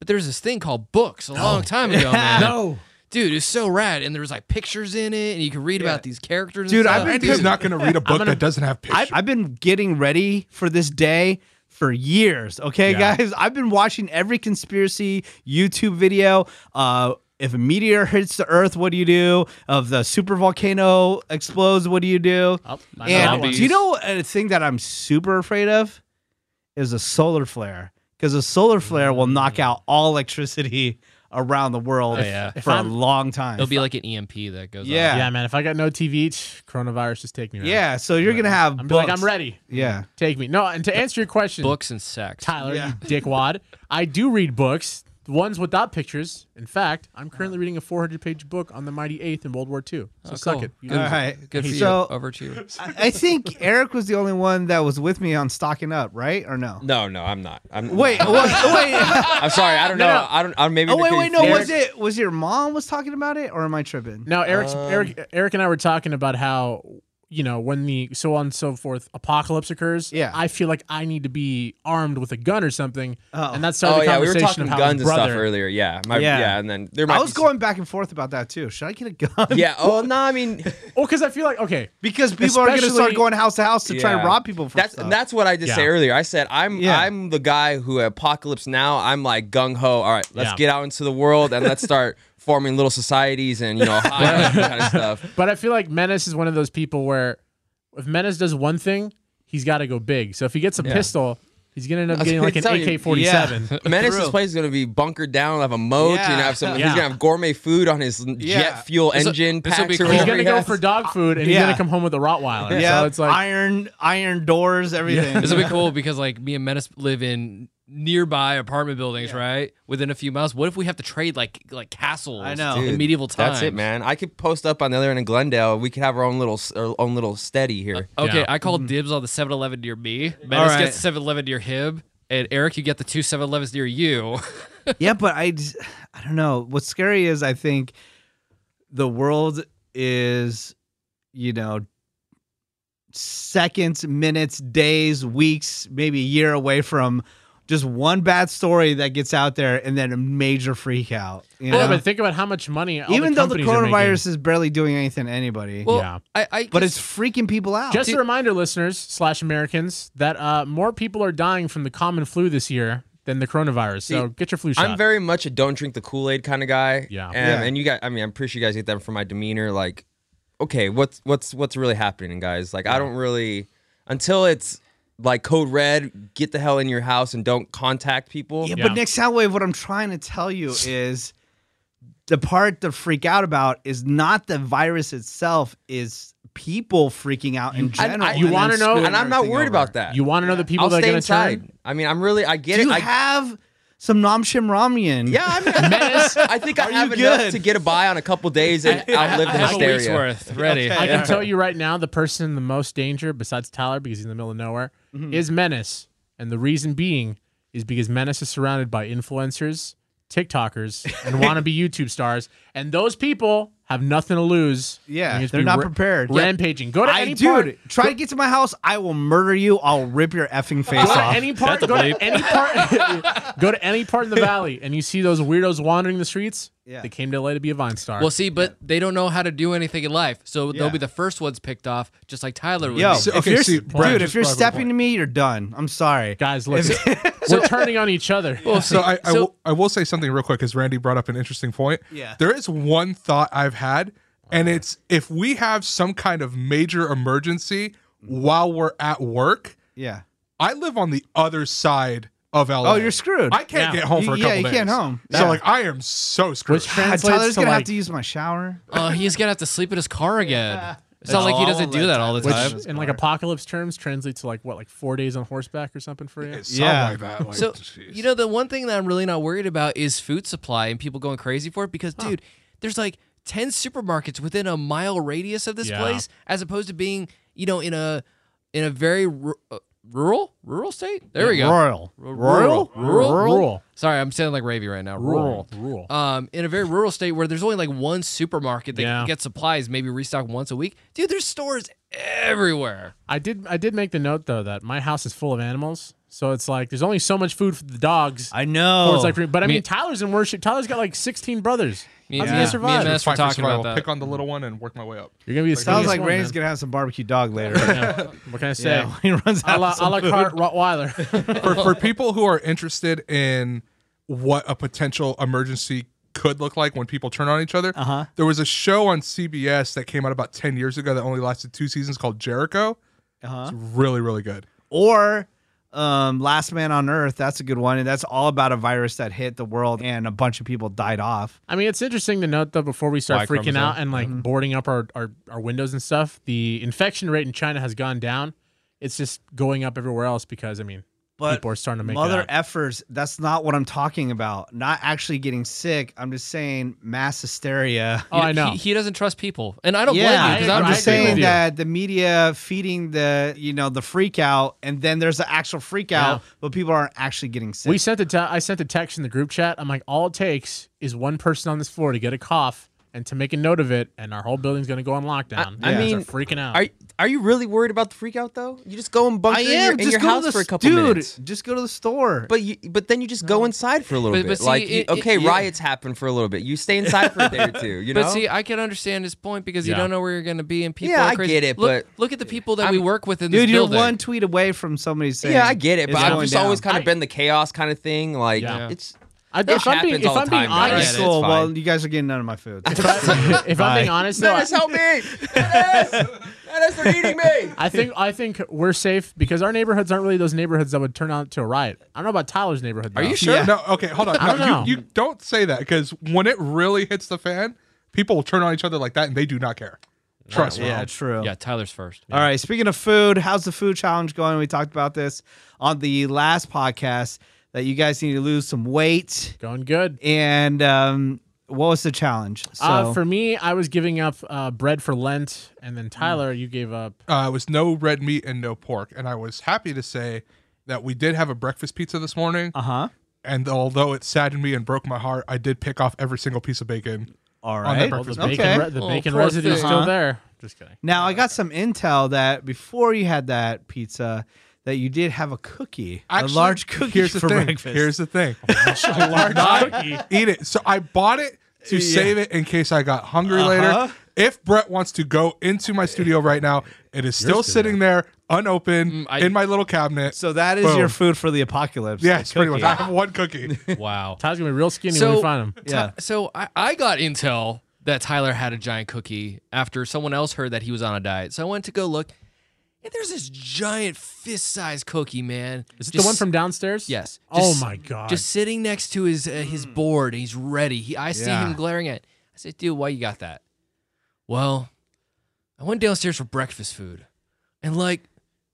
Speaker 2: but there's this thing called books a long time
Speaker 1: <laughs>
Speaker 2: ago, man.
Speaker 4: No.
Speaker 2: Dude, it's so rad, and there's like pictures in it, and you can read about these characters.
Speaker 1: Dude,
Speaker 2: and
Speaker 1: I've
Speaker 2: stuff.
Speaker 1: been-
Speaker 5: Andy's not going to read a book
Speaker 4: gonna-
Speaker 5: that doesn't have
Speaker 1: I,
Speaker 5: pictures.
Speaker 1: I've been getting ready for this day for years. Okay,
Speaker 4: Yeah.
Speaker 1: guys, I've been watching every conspiracy YouTube video. Uh, if a meteor hits the Earth, what do you do? Of the super volcano explodes, what do you do?
Speaker 4: Oh,
Speaker 2: Uh,
Speaker 4: I know that
Speaker 1: and
Speaker 4: one.
Speaker 1: do you know a thing that I'm super afraid of? Is a solar flare because a solar flare will knock out all electricity around the world
Speaker 2: Mm. Oh, yeah.
Speaker 1: for a
Speaker 4: I'm-
Speaker 1: long time.
Speaker 2: It'll be like an EMP that goes.
Speaker 1: Yeah.
Speaker 4: Yeah, man. If I got no TV, tch, coronavirus just take me. Right
Speaker 1: yeah, so you're gonna have
Speaker 4: I'm
Speaker 1: books.
Speaker 4: like I'm ready.
Speaker 1: Yeah,
Speaker 4: Take me. No, and to answer your question,
Speaker 2: off. books and sex.
Speaker 4: Tyler,
Speaker 1: Yeah.
Speaker 4: you dickwad. I do read books, the ones without pictures. In fact, I'm currently reading a 400 page book on the Mighty Eighth in World War II. So
Speaker 2: Oh,
Speaker 4: suck
Speaker 2: cool.
Speaker 4: it. You
Speaker 2: Good,
Speaker 4: know,
Speaker 1: All right.
Speaker 2: Good for
Speaker 1: So-
Speaker 2: you. Over
Speaker 1: <laughs>
Speaker 2: to you.
Speaker 1: I I think Eric was the only one that was with me on stocking up, right? Or no?
Speaker 3: No, no, I'm not. I'm
Speaker 1: Wait, wait,
Speaker 3: <laughs>
Speaker 1: wait,
Speaker 3: I'm sorry. I don't know. I don't. I'm
Speaker 1: <laughs>
Speaker 3: maybe.
Speaker 1: oh, wait, wait, no,
Speaker 3: confused.
Speaker 1: was it was your mom was talking about it, or am I tripping?
Speaker 4: Now, Eric's, Eric, Eric and I were talking about how you know when the so on and so forth apocalypse occurs.
Speaker 1: Yeah.
Speaker 4: I feel like I need to be armed with a gun or something,
Speaker 1: Oh.
Speaker 4: and that started
Speaker 3: Oh
Speaker 4: the
Speaker 3: yeah, we
Speaker 4: conversation
Speaker 3: were talking
Speaker 4: of how
Speaker 3: guns
Speaker 4: his
Speaker 3: and stuff
Speaker 4: brother.
Speaker 3: earlier. Yeah, my,
Speaker 1: Yeah.
Speaker 3: yeah, and then there might
Speaker 1: I was
Speaker 3: be some-
Speaker 1: going back and forth about that too. Should I get a gun?
Speaker 3: <laughs> Yeah. Oh no, I mean
Speaker 4: oh, because I feel like okay,
Speaker 1: <laughs> because people are going to start
Speaker 4: Especially-
Speaker 1: going house to house to try and
Speaker 3: Yeah.
Speaker 1: rob people for
Speaker 3: <laughs> that's
Speaker 1: stuff.
Speaker 3: that's what I just said
Speaker 4: Yeah.
Speaker 3: earlier. I said I'm
Speaker 1: Yeah.
Speaker 3: I'm the guy who apocalypse now. I'm like gung ho. All right, let's
Speaker 4: Yeah.
Speaker 3: get out into the world and let's start <laughs> forming little societies and you
Speaker 4: <laughs>
Speaker 3: know high kind of stuff.
Speaker 4: but I feel like Menace is one of those people where if Menace does one thing, he's got to go big. So if he gets a pistol, he's gonna end up
Speaker 3: was
Speaker 4: getting
Speaker 3: gonna
Speaker 4: like an
Speaker 3: tell you.
Speaker 4: AK forty seven.
Speaker 3: Menace's
Speaker 1: real.
Speaker 3: place is gonna be bunkered down. Have a moat.
Speaker 1: Yeah.
Speaker 3: You know, have some.
Speaker 4: Yeah.
Speaker 3: He's gonna have gourmet food on his
Speaker 1: Yeah.
Speaker 3: jet fuel
Speaker 2: This'll-
Speaker 3: engine.
Speaker 2: this'll be
Speaker 3: packs or
Speaker 2: cool.
Speaker 4: He's
Speaker 3: whatever
Speaker 4: gonna
Speaker 3: he
Speaker 4: go
Speaker 3: has.
Speaker 4: for dog food, and he's
Speaker 1: Yeah.
Speaker 4: gonna come home with a Rottweiler.
Speaker 1: yeah,
Speaker 4: so it's like
Speaker 1: iron iron doors, everything.
Speaker 2: This will be cool because like me and Menace live in nearby apartment buildings, right? Within a few miles. What if we have to trade like like castles?
Speaker 1: I know.
Speaker 2: in
Speaker 3: Dude,
Speaker 2: medieval times.
Speaker 3: That's it, man. I could post up on the other end of Glendale. We could have our own little s- our own little steady here.
Speaker 2: Uh, Okay,
Speaker 4: Yeah. Mm-hmm.
Speaker 2: I call dibs on the 7-Eleven near me. Menace
Speaker 1: right.
Speaker 2: gets the 7-Eleven near him, and Eric, you get the two 7-Elevens near
Speaker 4: <laughs>
Speaker 2: you.
Speaker 1: yeah, but I, just- I don't know. What's scary is I think the world is, you know, seconds, minutes, days, weeks, maybe a year away from just one bad story that gets out there and then a major freak out. You
Speaker 4: Yeah,
Speaker 1: know?
Speaker 4: but think about how much money. all
Speaker 1: Even though the
Speaker 4: companies are making.
Speaker 1: coronavirus is barely doing anything to anybody,
Speaker 2: well,
Speaker 4: Yeah.
Speaker 2: I, I
Speaker 1: but
Speaker 2: guess-
Speaker 1: it's freaking people out.
Speaker 4: Just a reminder, listeners slash Americans, that uh, more people are dying from the common flu this year than the coronavirus. so get your flu shot.
Speaker 3: I'm very much a don't drink the Kool Aid kind of guy.
Speaker 4: Yeah.
Speaker 3: Um,
Speaker 1: Yeah.
Speaker 3: And you guys, I mean, I'm pretty sure you guys get that from my demeanor. Like, okay, what's what's what's really happening, guys? Like, I don't really until it's like code red. Get the hell in your house and don't contact people.
Speaker 1: Yeah,
Speaker 4: Yeah.
Speaker 1: but Nick Soundwave, what I'm trying to tell you is the part to freak out about is not the virus itself, is people freaking out in
Speaker 3: I-
Speaker 1: general.
Speaker 3: I-
Speaker 1: and
Speaker 4: you
Speaker 1: then
Speaker 4: wanna know-
Speaker 1: screwing
Speaker 3: And I'm not
Speaker 1: everything
Speaker 3: worried
Speaker 1: over.
Speaker 3: about that.
Speaker 4: you want to know the people
Speaker 3: I'll
Speaker 4: that are
Speaker 3: stay
Speaker 4: going to
Speaker 3: inside.
Speaker 4: turn?
Speaker 3: I mean, I'm really. I get
Speaker 1: Do
Speaker 3: it.
Speaker 1: you
Speaker 3: I,
Speaker 1: have some Nam Shim Ramyun?
Speaker 3: <laughs> yeah, I mean, I think I
Speaker 1: you
Speaker 3: have enough
Speaker 1: good?
Speaker 3: to get a buy on a couple days and outlive the
Speaker 2: I have a week's
Speaker 1: <laughs>
Speaker 3: hysteria.
Speaker 2: worth ready.
Speaker 4: I can tell you right now, the person in the most danger, besides Tyler, because he's in the middle of nowhere,
Speaker 1: Mm-hmm.
Speaker 4: is Menace. And the reason being is because Menace is
Speaker 1: <laughs>
Speaker 4: surrounded by influencers, TikTokers, and wannabe YouTube stars. And those people have nothing to lose.
Speaker 1: Yeah,
Speaker 4: and just
Speaker 1: they're
Speaker 4: be
Speaker 1: not
Speaker 4: ra-
Speaker 1: prepared. Yeah.
Speaker 4: Rampaging. Go to
Speaker 1: I
Speaker 4: any
Speaker 1: dude,
Speaker 4: part.
Speaker 1: try to get to my house. I will murder you. I'll rip your effing face
Speaker 4: Go to
Speaker 1: off.
Speaker 4: any part.
Speaker 6: a
Speaker 4: Go
Speaker 6: bleep.
Speaker 4: to any
Speaker 1: <laughs>
Speaker 4: part. go to any part in the valley, and you see those weirdos wandering the streets.
Speaker 1: Yeah.
Speaker 4: They came to LA to be a Vine star.
Speaker 2: Well, see, but they don't know how to do anything in life, so
Speaker 1: Yeah.
Speaker 2: they'll be the first ones picked off, just like Tyler would
Speaker 1: Yo,
Speaker 2: be.
Speaker 5: So-
Speaker 1: if
Speaker 5: okay,
Speaker 1: you're,
Speaker 5: see, Brian
Speaker 1: dude,
Speaker 5: just
Speaker 1: if you're
Speaker 5: brought up a
Speaker 1: stepping
Speaker 5: point.
Speaker 1: to me, you're done. I'm sorry.
Speaker 4: guys, listen.
Speaker 1: <laughs>
Speaker 4: we're turning on each other.
Speaker 5: So I, I,
Speaker 2: So-
Speaker 5: will, I will say something real quick because Randy brought up an interesting point.
Speaker 1: Yeah.
Speaker 5: There is one thought I've had, and
Speaker 2: Uh-huh.
Speaker 5: it's if we have some kind of major emergency while we're at work,
Speaker 1: Yeah.
Speaker 5: I live on the other side of LA.
Speaker 1: Oh, you're screwed.
Speaker 5: I can't
Speaker 4: Yeah.
Speaker 5: get home for a
Speaker 1: Yeah,
Speaker 5: couple
Speaker 1: you
Speaker 5: days.
Speaker 1: can't home.
Speaker 5: So
Speaker 1: Yeah.
Speaker 5: like I am so screwed.
Speaker 4: Which
Speaker 1: God,
Speaker 4: translates
Speaker 1: Tyler's
Speaker 4: to
Speaker 1: gonna
Speaker 4: like,
Speaker 1: have to use my shower.
Speaker 2: Oh, he's gonna have to sleep in his car again. It's not
Speaker 4: It's
Speaker 2: like he
Speaker 4: all
Speaker 2: doesn't do
Speaker 1: that
Speaker 2: that all the
Speaker 1: time.
Speaker 2: time.
Speaker 4: which in like apocalypse terms translates to like what, like four days on horseback or something for you.
Speaker 5: Something
Speaker 1: Yeah.
Speaker 5: like that. Like,
Speaker 2: So
Speaker 5: jeez.
Speaker 2: you know the one thing that I'm really not worried about is food supply and people going crazy for it because dude, there's like ten supermarkets within a mile radius of this
Speaker 4: Yeah.
Speaker 2: place, as opposed to being you know in a in a very ru- uh, rural rural state. There we go.
Speaker 1: Royal.
Speaker 2: Rural? Rural?
Speaker 4: Rural.
Speaker 2: Sorry, I'm sounding like Ravy right now. Rural.
Speaker 4: Rural.
Speaker 2: Um, in a very rural state where there's only like one supermarket that
Speaker 4: Yeah.
Speaker 2: gets supplies, maybe restock once a week. Dude, there's stores everywhere.
Speaker 4: I did I did make the note though that my house is full of animals, so it's like there's only so much food for the dogs.
Speaker 1: I
Speaker 4: Or
Speaker 1: know.
Speaker 4: it's like, but I
Speaker 2: Me-
Speaker 4: mean, Tyler's in worship. Tyler's got like 16 brothers.
Speaker 2: Me, me,
Speaker 4: How's he gonna
Speaker 2: me and
Speaker 4: survive?
Speaker 2: Mass were
Speaker 5: Fight for
Speaker 2: talking about
Speaker 5: survival.
Speaker 2: that.
Speaker 5: Pick on the little one and work my way up.
Speaker 4: You're gonna be the
Speaker 1: Sounds
Speaker 4: skinniest
Speaker 1: like
Speaker 4: one,
Speaker 1: Randy's
Speaker 4: man.
Speaker 1: gonna have some barbecue dog later.
Speaker 4: <laughs> What can I say?
Speaker 1: yeah, when he runs out.
Speaker 4: A la,
Speaker 1: of
Speaker 4: a
Speaker 1: some
Speaker 4: la
Speaker 1: food.
Speaker 4: carte Rottweiler.
Speaker 5: for, for people who are interested in what a potential emergency could look like when people turn on each other, uh-huh. there was a show on CBS that came out about 10 years ago that only lasted two seasons called Jericho. Uh-huh. It's really, really good.
Speaker 1: or um, Last Man on Earth. That's a good one, and that's all about a virus that hit the world and a bunch of people died off.
Speaker 4: I mean, it's interesting to note though before we start
Speaker 6: Y
Speaker 4: freaking out and like
Speaker 3: Mm-hmm.
Speaker 4: boarding up our, our our windows and stuff, the infection rate in China has gone down. It's just going up everywhere else because I mean,
Speaker 1: But
Speaker 4: people are starting to make
Speaker 1: Mother
Speaker 4: it out.
Speaker 1: effers. That's not what I'm talking about. Not actually getting sick. I'm just saying mass <laughs> hysteria.
Speaker 4: Oh, I
Speaker 2: He-
Speaker 4: know.
Speaker 2: He, doesn't trust people, and I don't blame you
Speaker 1: yeah,
Speaker 2: because
Speaker 4: I
Speaker 1: I'm
Speaker 2: I'm
Speaker 4: agree.
Speaker 1: just saying
Speaker 4: with you.
Speaker 1: that the media feeding the you know the freak out, and then there's the actual freak out,
Speaker 4: Yeah.
Speaker 1: but people aren't actually getting sick.
Speaker 4: We sent the te- I sent the text in the group chat. I'm like, all it takes is one person on this floor to get a cough and to make a note of it, and our whole building's gonna go on lockdown.
Speaker 3: I
Speaker 4: You guys
Speaker 3: mean,
Speaker 4: are freaking out.
Speaker 3: Are are you really worried about the freak out though? You just go and bunker
Speaker 1: I
Speaker 3: in your,
Speaker 1: am
Speaker 3: in
Speaker 1: just
Speaker 3: your
Speaker 1: go
Speaker 3: house
Speaker 1: to the
Speaker 3: for a
Speaker 1: s-
Speaker 3: couple
Speaker 1: dude.
Speaker 3: minutes.
Speaker 1: Just go to the store.
Speaker 3: But you, but then you just go inside for a little
Speaker 2: But-
Speaker 3: bit.
Speaker 2: but see,
Speaker 3: like you-
Speaker 2: it- it-
Speaker 3: okay,
Speaker 2: yeah.
Speaker 3: riots happen for a little bit. You stay inside for a day or two. You
Speaker 2: <laughs>
Speaker 3: know.
Speaker 2: But see, I can understand his point because you
Speaker 4: Yeah.
Speaker 2: don't know where you're going to be, and people.
Speaker 3: Yeah,
Speaker 2: are
Speaker 3: I
Speaker 2: crazy.
Speaker 3: get it,
Speaker 2: look,
Speaker 3: but-
Speaker 2: look at the people that we work with in this
Speaker 1: dude, you're
Speaker 2: building.
Speaker 1: one tweet away from somebody saying,
Speaker 3: yeah, I get it,
Speaker 1: it's
Speaker 3: but I've
Speaker 1: going
Speaker 3: just
Speaker 1: down.
Speaker 3: always kind of been the chaos kind of thing. Like
Speaker 4: Yeah.
Speaker 3: it's
Speaker 4: I,
Speaker 3: That
Speaker 4: if I'm being,
Speaker 3: happens
Speaker 4: if
Speaker 3: all the
Speaker 4: I'm being
Speaker 3: time, guys.
Speaker 1: All right,
Speaker 4: honest,
Speaker 3: Yeah,
Speaker 1: cool.
Speaker 3: it's
Speaker 1: Well,
Speaker 3: fine.
Speaker 1: you guys are getting none of my food. <laughs>
Speaker 4: <laughs> if I'm being honest, though,
Speaker 3: Dennis,
Speaker 4: I,
Speaker 3: help me! Dennis, Dennis, they're eating me!
Speaker 4: I think I think we're safe because our neighborhoods aren't really those neighborhoods that would turn out to a riot. I don't know about Tyler's neighborhood. Though.
Speaker 2: Are you sure?
Speaker 1: Yeah.
Speaker 5: No, okay, hold on.
Speaker 4: I don't
Speaker 5: No,
Speaker 4: know.
Speaker 5: you, you don't say that because when it really hits the fan, people will turn on each other like that and they do not care. Trust me.
Speaker 1: yeah, true.
Speaker 2: Yeah, Tyler's first.
Speaker 1: All right. Speaking of food, how's the food challenge going? We talked about this on the last podcast that you guys need to lose some weight.
Speaker 4: Going good.
Speaker 1: And um, what was the challenge? So
Speaker 4: uh, for me, I was giving up uh, bread for Lent, and then Tyler, you gave up.
Speaker 5: Uh, it was no red meat and no pork. And I was happy to say that we did have a breakfast pizza this morning.
Speaker 1: uh huh.
Speaker 5: And although it saddened me and broke my heart, I did pick off every single piece of bacon.
Speaker 1: All
Speaker 5: that
Speaker 1: right.
Speaker 4: Well, the
Speaker 5: breakfast
Speaker 4: bacon,
Speaker 1: Okay.
Speaker 4: re- the
Speaker 2: Oh,
Speaker 4: bacon
Speaker 2: poor
Speaker 4: residue is
Speaker 2: thing.
Speaker 4: still
Speaker 1: Uh-huh.
Speaker 4: there. Just kidding.
Speaker 1: Now
Speaker 5: Oh,
Speaker 1: I got some intel that before you had that pizza, that you did have a cookie,
Speaker 5: Actually,
Speaker 1: a large cookie
Speaker 5: here's the
Speaker 1: for
Speaker 5: thing.
Speaker 1: breakfast.
Speaker 5: Here's
Speaker 1: <laughs>
Speaker 5: the thing. a large cookie. Eat it. So I bought it to save it in case I got hungry
Speaker 1: Uh-huh.
Speaker 5: later. If Brett wants to go into my studio right now, it is still sitting there unopened
Speaker 2: I-
Speaker 5: in my little cabinet.
Speaker 1: Mm, so that is
Speaker 5: Boom.
Speaker 1: your food for the apocalypse. the
Speaker 5: yes, pretty much.
Speaker 1: cookie.
Speaker 5: I have one
Speaker 1: <laughs>
Speaker 5: cookie.
Speaker 2: Wow.
Speaker 4: Tyler's gonna be real skinny when
Speaker 2: So-
Speaker 4: we find him.
Speaker 1: Yeah.
Speaker 2: So I, I got intel that Tyler had a giant cookie after someone else heard that he was on a diet. So I went to go look, and there's this giant fist-sized cookie, man.
Speaker 4: Is it
Speaker 2: Just-
Speaker 4: the one from downstairs?
Speaker 2: Yes.
Speaker 4: Oh
Speaker 2: Just-
Speaker 4: my god.
Speaker 2: Just sitting next to his uh, his board, and he's ready. He, I see
Speaker 1: Yeah.
Speaker 2: him glaring at. It. I said, "Dude, why you got that?" Well, I went downstairs for breakfast food, and like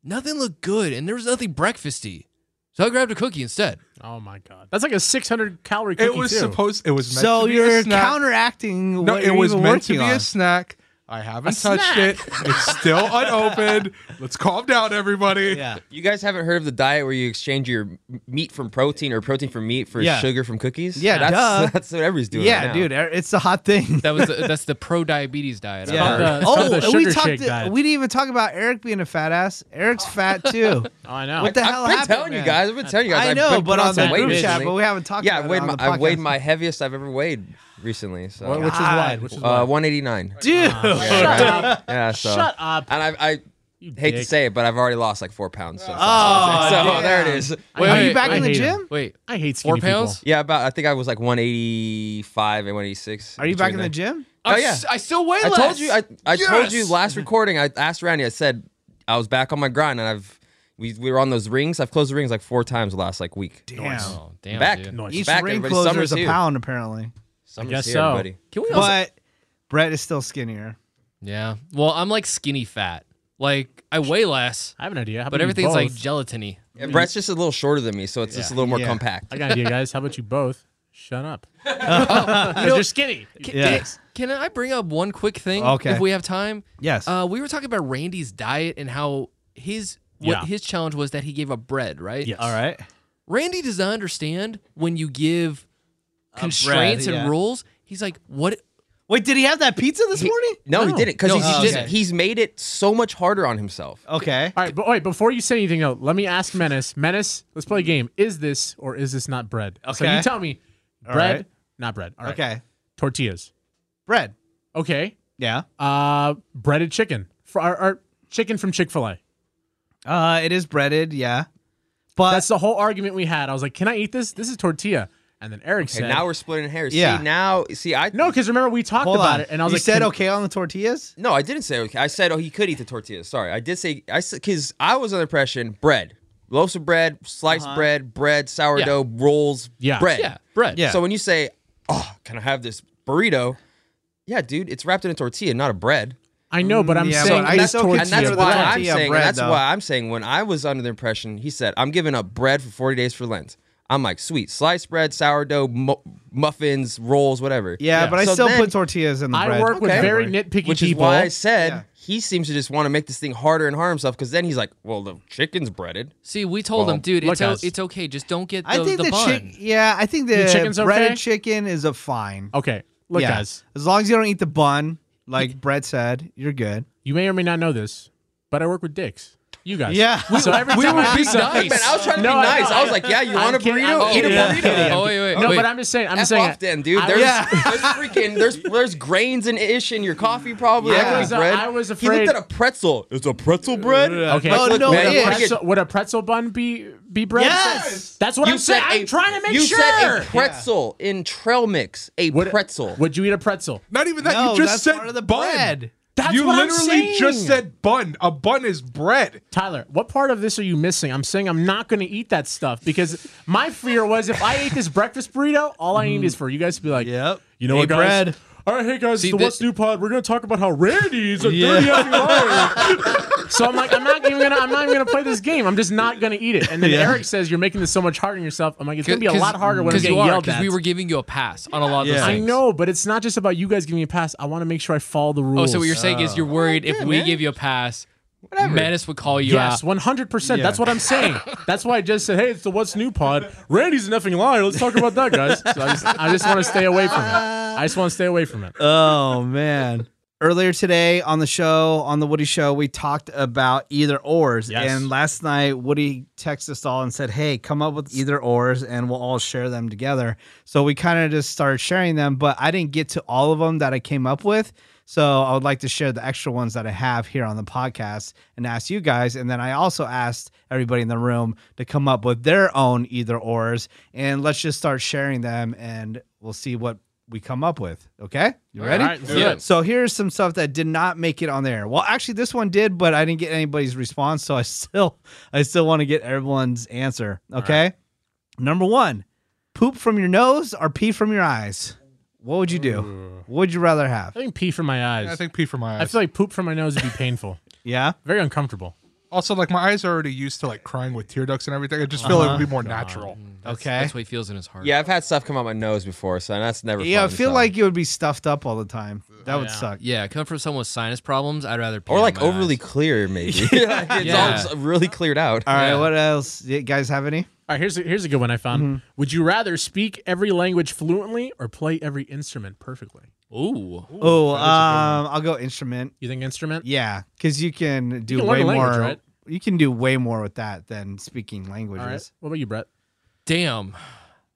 Speaker 2: nothing looked good, and there was nothing breakfasty, so I grabbed a cookie instead.
Speaker 4: oh my god. That's like a 600 calorie cookie
Speaker 5: it was
Speaker 4: too.
Speaker 5: supposed. It was meant
Speaker 1: So
Speaker 5: to be
Speaker 1: you're
Speaker 5: a snack.
Speaker 1: counteracting
Speaker 5: No,
Speaker 1: what
Speaker 5: it
Speaker 1: you're
Speaker 5: was
Speaker 1: even
Speaker 5: meant to
Speaker 1: working
Speaker 5: be
Speaker 1: on.
Speaker 5: a snack. I haven't touched it. It's
Speaker 1: <laughs>
Speaker 5: still unopened. Let's calm down, everybody.
Speaker 1: Yeah.
Speaker 3: You guys haven't heard of the diet where you exchange your m- meat from protein or protein from meat for
Speaker 1: Yeah.
Speaker 3: sugar from cookies?
Speaker 1: Yeah,
Speaker 3: that's
Speaker 1: duh.
Speaker 3: <laughs> that's what everybody's doing.
Speaker 1: Yeah,
Speaker 3: right now.
Speaker 1: dude, er- it's a hot thing.
Speaker 5: <laughs>
Speaker 2: That was the, that's the pro diabetes diet. I
Speaker 1: Yeah.
Speaker 2: heard.
Speaker 4: the- it's
Speaker 1: oh,
Speaker 4: called the
Speaker 1: we
Speaker 4: sugar
Speaker 1: talked.
Speaker 4: shake diet.
Speaker 1: we didn't even talk about Eric being a fat ass. Eric's fat
Speaker 5: <laughs>
Speaker 1: too.
Speaker 4: Oh, I know.
Speaker 1: What the
Speaker 3: I've
Speaker 1: hell
Speaker 3: been
Speaker 1: happened,
Speaker 3: telling
Speaker 1: man?
Speaker 3: you guys. I've been telling you guys.
Speaker 1: I
Speaker 3: I've
Speaker 1: know,
Speaker 3: been
Speaker 1: but
Speaker 3: putting
Speaker 1: on
Speaker 3: on some
Speaker 4: the
Speaker 3: weight
Speaker 4: group chat,
Speaker 3: recently.
Speaker 1: but we haven't talked
Speaker 3: Yeah,
Speaker 1: about
Speaker 3: I
Speaker 1: it
Speaker 3: weighed
Speaker 1: on
Speaker 3: my
Speaker 1: the
Speaker 3: I weighed
Speaker 1: podcast.
Speaker 3: my heaviest I've ever weighed recently. So
Speaker 4: Wh- which is wide. Which is
Speaker 3: uh,
Speaker 4: wide.
Speaker 3: 189.
Speaker 1: <laughs> Dude,
Speaker 4: Shut up.
Speaker 3: Yeah, so
Speaker 4: Shut up.
Speaker 3: and I, I
Speaker 4: you
Speaker 3: hate to
Speaker 4: dick.
Speaker 3: say it, but I've already lost like four pounds. So,
Speaker 1: Oh,
Speaker 3: <laughs> so
Speaker 1: damn.
Speaker 3: there it is.
Speaker 2: Wait,
Speaker 1: are
Speaker 2: wait,
Speaker 1: you back
Speaker 4: I
Speaker 1: in the
Speaker 4: hate him.
Speaker 1: gym?
Speaker 2: Wait,
Speaker 4: I hate
Speaker 2: four
Speaker 4: skinny
Speaker 2: pounds?
Speaker 4: people.
Speaker 3: Yeah, about I think I was like 185 and 186.
Speaker 1: Are you back in the
Speaker 3: between
Speaker 1: gym?
Speaker 3: Oh,
Speaker 2: I
Speaker 3: yeah.
Speaker 2: s- I still weigh
Speaker 3: there.
Speaker 2: less.
Speaker 3: I told you. I, I told you
Speaker 2: Yes!
Speaker 3: last recording. I asked Randy. I said I was back on my grind, and I've we, we were on those rings. I've closed the rings like four times last like week.
Speaker 1: Damn.
Speaker 2: Oh, damn,
Speaker 3: back,
Speaker 2: dude.
Speaker 4: Nice.
Speaker 1: Each
Speaker 3: back.
Speaker 1: ring
Speaker 3: everybody.
Speaker 1: closer
Speaker 3: Summer's
Speaker 1: is a
Speaker 3: here.
Speaker 1: pound, apparently.
Speaker 3: Summer's
Speaker 4: guess
Speaker 3: here,
Speaker 4: so.
Speaker 3: everybody.
Speaker 2: Can we also
Speaker 1: But Brett is still skinnier.
Speaker 2: Yeah. Well, I'm like skinny fat. Like I weigh less,
Speaker 4: I have an idea. How about
Speaker 2: but
Speaker 4: you
Speaker 2: everything's like
Speaker 4: both?
Speaker 2: gelatiny.
Speaker 3: Yeah, Brett's just a little shorter than me, so it's just a little more
Speaker 1: Yeah.
Speaker 3: compact.
Speaker 4: I got an idea, guys. How about you both? Shut up. Because you're skinny.
Speaker 1: Yes.
Speaker 2: Can I bring up one quick thing?
Speaker 1: Okay.
Speaker 2: If we have time.
Speaker 1: Yes.
Speaker 2: Uh, we were talking about Randy's diet and how his what
Speaker 4: Yeah.
Speaker 2: his challenge was that he gave up bread, right?
Speaker 4: Yes.
Speaker 1: All right.
Speaker 2: Randy does not understand when you give constraints and
Speaker 1: yeah.
Speaker 2: rules. He's like, what?
Speaker 1: Wait, did he have that pizza this morning?
Speaker 3: No, he didn't because
Speaker 2: No,
Speaker 3: he's
Speaker 2: he
Speaker 3: just,
Speaker 2: didn't.
Speaker 3: he's made it so much harder on himself.
Speaker 1: Okay.
Speaker 4: All right, but wait, before you say anything else, let me ask Menace. Menace, let's play a game. Is this or is this not bread? So
Speaker 1: Okay.
Speaker 4: you tell me
Speaker 1: All
Speaker 4: bread,
Speaker 1: right.
Speaker 4: not bread. All right.
Speaker 1: Okay.
Speaker 4: Tortillas.
Speaker 1: Bread.
Speaker 4: Okay.
Speaker 1: Yeah.
Speaker 4: Uh breaded chicken. For our, our chicken from Chick-fil-A.
Speaker 1: Uh, it is breaded. Yeah. But
Speaker 4: That's the whole argument we had. I was like, "Can I eat this? This is tortilla." And then Eric
Speaker 3: And
Speaker 4: said,
Speaker 3: now we're splitting hairs.
Speaker 1: Yeah.
Speaker 3: See now, see I
Speaker 4: "No, cuz remember we talked
Speaker 1: hold
Speaker 4: about
Speaker 1: on.
Speaker 4: it." And I was
Speaker 1: you
Speaker 4: like,
Speaker 1: said
Speaker 4: "Can-
Speaker 1: okay on the tortillas?
Speaker 3: no, I didn't say okay. I said oh he could eat the tortillas. Sorry, I did say I because I was under impression bread, loaves of bread, sliced bread, bread, sourdough, rolls,
Speaker 4: Uh-huh. Yeah.
Speaker 3: bread.
Speaker 2: Yeah, bread.
Speaker 1: Yeah.
Speaker 3: So when you say, "Oh, can I have this burrito?" Yeah, dude, it's wrapped in a tortilla, not a bread.
Speaker 4: I know, but I'm
Speaker 1: Mm, Yeah, but
Speaker 4: saying
Speaker 1: I
Speaker 4: it's
Speaker 1: still
Speaker 4: tortilla."
Speaker 3: and that's
Speaker 1: with
Speaker 3: why
Speaker 1: the
Speaker 3: I'm
Speaker 1: tortilla
Speaker 3: saying.
Speaker 1: bread,
Speaker 3: that's
Speaker 1: though.
Speaker 3: why I'm saying. When I was under the impression, he said, "I'm giving up bread for 40 days for Lent." I'm like, sweet, sliced bread, sourdough, mu- muffins, rolls, whatever.
Speaker 1: Yeah, but I
Speaker 3: So
Speaker 1: still
Speaker 3: then-
Speaker 1: put tortillas in the
Speaker 4: I
Speaker 1: bread.
Speaker 4: work with
Speaker 3: Okay.
Speaker 4: very nitpicky
Speaker 3: Which is
Speaker 4: people.
Speaker 3: why I said
Speaker 1: Yeah.
Speaker 3: he seems to just want to make this thing harder and harder himself because then he's like, well, the chicken's breaded.
Speaker 2: See, we told
Speaker 3: Well,
Speaker 2: him, dude, it's,
Speaker 4: look,
Speaker 2: o-
Speaker 4: guys.
Speaker 2: it's okay. Just don't get the,
Speaker 1: I think
Speaker 2: the,
Speaker 1: the,
Speaker 2: bun.
Speaker 1: chick. Yeah, I think the,
Speaker 4: The chicken's
Speaker 1: breaded
Speaker 4: okay?
Speaker 1: chicken is a fine.
Speaker 4: okay, look
Speaker 1: yeah.
Speaker 4: guys.
Speaker 1: As long as you don't eat the bun, like Brett said, you're good.
Speaker 4: You may or may not know this, but I work with dicks. You guys. <laughs>
Speaker 1: Yeah.
Speaker 4: So every time I
Speaker 2: be
Speaker 4: do something-
Speaker 2: nice.
Speaker 3: Man, I was trying to
Speaker 4: No,
Speaker 3: be
Speaker 4: I
Speaker 3: nice.
Speaker 4: know.
Speaker 3: I, was like, yeah, you
Speaker 4: I'm
Speaker 3: want a
Speaker 4: kidding.
Speaker 3: burrito?
Speaker 4: I'm
Speaker 3: Eat a
Speaker 4: kidding. I'm
Speaker 3: burrito.
Speaker 2: <laughs>
Speaker 4: kidding.
Speaker 2: Oh, wait, wait,
Speaker 4: No,
Speaker 2: wait.
Speaker 4: but I'm just saying. I'm
Speaker 3: F
Speaker 4: saying.
Speaker 3: off then, dude.
Speaker 4: I
Speaker 3: There's,
Speaker 1: Yeah.
Speaker 3: there's freaking there's there's grains and ish in your coffee probably.
Speaker 1: Yeah.
Speaker 3: That could be
Speaker 1: I was-
Speaker 3: bread.
Speaker 4: I was
Speaker 3: He
Speaker 4: afraid-
Speaker 3: looked at a pretzel. It's a pretzel bread.
Speaker 4: Okay.
Speaker 1: No,
Speaker 3: Look,
Speaker 1: no,
Speaker 4: would,
Speaker 3: man,
Speaker 1: it
Speaker 4: a
Speaker 3: you
Speaker 1: is.
Speaker 3: wanna
Speaker 4: pretzel, would a pretzel bun be be bread?
Speaker 1: Yes.
Speaker 4: That's what
Speaker 3: You
Speaker 4: I'm saying.
Speaker 3: said
Speaker 4: I'm
Speaker 3: a-
Speaker 4: trying to make
Speaker 3: you
Speaker 4: sure.
Speaker 3: said a pretzel in trail mix. A
Speaker 4: Would-
Speaker 3: pretzel.
Speaker 4: Would you eat a pretzel?
Speaker 5: Not even that.
Speaker 1: No,
Speaker 5: you just
Speaker 1: that's
Speaker 5: said
Speaker 1: part of the
Speaker 5: bun.
Speaker 1: bread.
Speaker 4: That's
Speaker 5: you
Speaker 4: what I'm
Speaker 5: literally just
Speaker 4: saying.
Speaker 5: said bun. A bun is bread.
Speaker 4: Tyler, what part of this are you missing? I'm saying I'm not going to eat that stuff because my fear was if I ate this breakfast burrito, all I need is for you guys to be like,
Speaker 1: Yep.
Speaker 4: you know
Speaker 1: Hey,
Speaker 4: what, guys?
Speaker 1: bread."
Speaker 4: All right, hey guys, it's
Speaker 2: See,
Speaker 4: the
Speaker 2: thi-
Speaker 4: What's New Pod. We're going to talk about how Randy's a
Speaker 1: Yeah.
Speaker 4: dirty
Speaker 2: <laughs>
Speaker 4: dirty liar. so I'm like, I'm not even gonna, I'm not even gonna play this game. I'm just not gonna eat it. And then Eric says, "You're making this so much harder on yourself." I'm like, it's gonna be a lot harder when I'm
Speaker 2: because
Speaker 4: getting
Speaker 2: you are
Speaker 4: yelled
Speaker 2: because
Speaker 4: at.
Speaker 2: we were giving you a pass on a lot of
Speaker 1: Yeah.
Speaker 2: those
Speaker 4: I
Speaker 2: things.
Speaker 4: know, but it's not just about you guys giving me a pass. I want to make sure I follow the
Speaker 2: Oh,
Speaker 4: rules.
Speaker 2: so what you're saying is you're worried if we give you a pass, Menace would call you
Speaker 4: Yes,
Speaker 2: out.
Speaker 4: one hundred percent. That's what I'm saying. That's why I just said, "Hey, it's the What's New Pod." Randy's an effing liar. Let's talk about that, guys. So I just, I just want to stay away from it. I just want to stay away from it.
Speaker 1: Oh man. Earlier today on the show, on the Woody Show, we talked about either ors.
Speaker 4: Yes.
Speaker 1: And last night, Woody texted us all and said, Hey, come up with either ors and we'll all share them together. So we kind of just started sharing them, but I didn't get to all of them that I came up with. So I would like to share the extra ones that I have here on the podcast and ask you guys. And then I also asked everybody in the room to come up with their own either ors. And let's just start sharing them and we'll see what we come up with. Okay? You ready?
Speaker 4: All right, let's do
Speaker 2: Yeah.
Speaker 4: it.
Speaker 1: So here's some stuff that did not make it on there. Well, actually, this one did, but I didn't get anybody's response, so I <laughs> still, I still want to get everyone's answer. Okay. Number one, poop from your nose or pee from your eyes. What would you do? What would you rather have?
Speaker 4: I think pee from my eyes.
Speaker 5: I think pee for my eyes.
Speaker 4: I feel like poop from my nose would be painful,
Speaker 1: Yeah.
Speaker 4: very uncomfortable.
Speaker 5: Also, like my eyes are already used to like crying with tear ducts and everything. I just feel it would be more natural.
Speaker 2: That's,
Speaker 1: Okay.
Speaker 2: That's what he feels in his heart.
Speaker 3: Yeah, I've had stuff come out my nose before, so that's never.
Speaker 1: Yeah, I
Speaker 3: fun,
Speaker 1: feel
Speaker 3: so.
Speaker 1: like you would be stuffed up all the time. That would
Speaker 4: Yeah.
Speaker 1: suck.
Speaker 2: Yeah, come from someone with sinus problems, I'd rather pee
Speaker 3: or
Speaker 2: out
Speaker 3: like
Speaker 2: my
Speaker 3: overly
Speaker 2: eyes.
Speaker 3: clear, maybe.
Speaker 4: <laughs>
Speaker 3: <laughs> Like, it's all
Speaker 2: Yeah.
Speaker 3: just really cleared out.
Speaker 1: All right,
Speaker 2: Yeah.
Speaker 1: what else? You guys have any?
Speaker 4: All right, here's a, here's a good one I found. Would you rather speak every language fluently or play every instrument perfectly?
Speaker 2: Ooh.
Speaker 1: Oh, um, I'll go instrument.
Speaker 4: You think instrument?
Speaker 1: Yeah, because you can do
Speaker 4: can learn
Speaker 1: way
Speaker 4: a language,
Speaker 1: more.
Speaker 4: right?
Speaker 1: You can do way more with that than speaking languages.
Speaker 4: All right. What about you, Brett?
Speaker 2: Damn.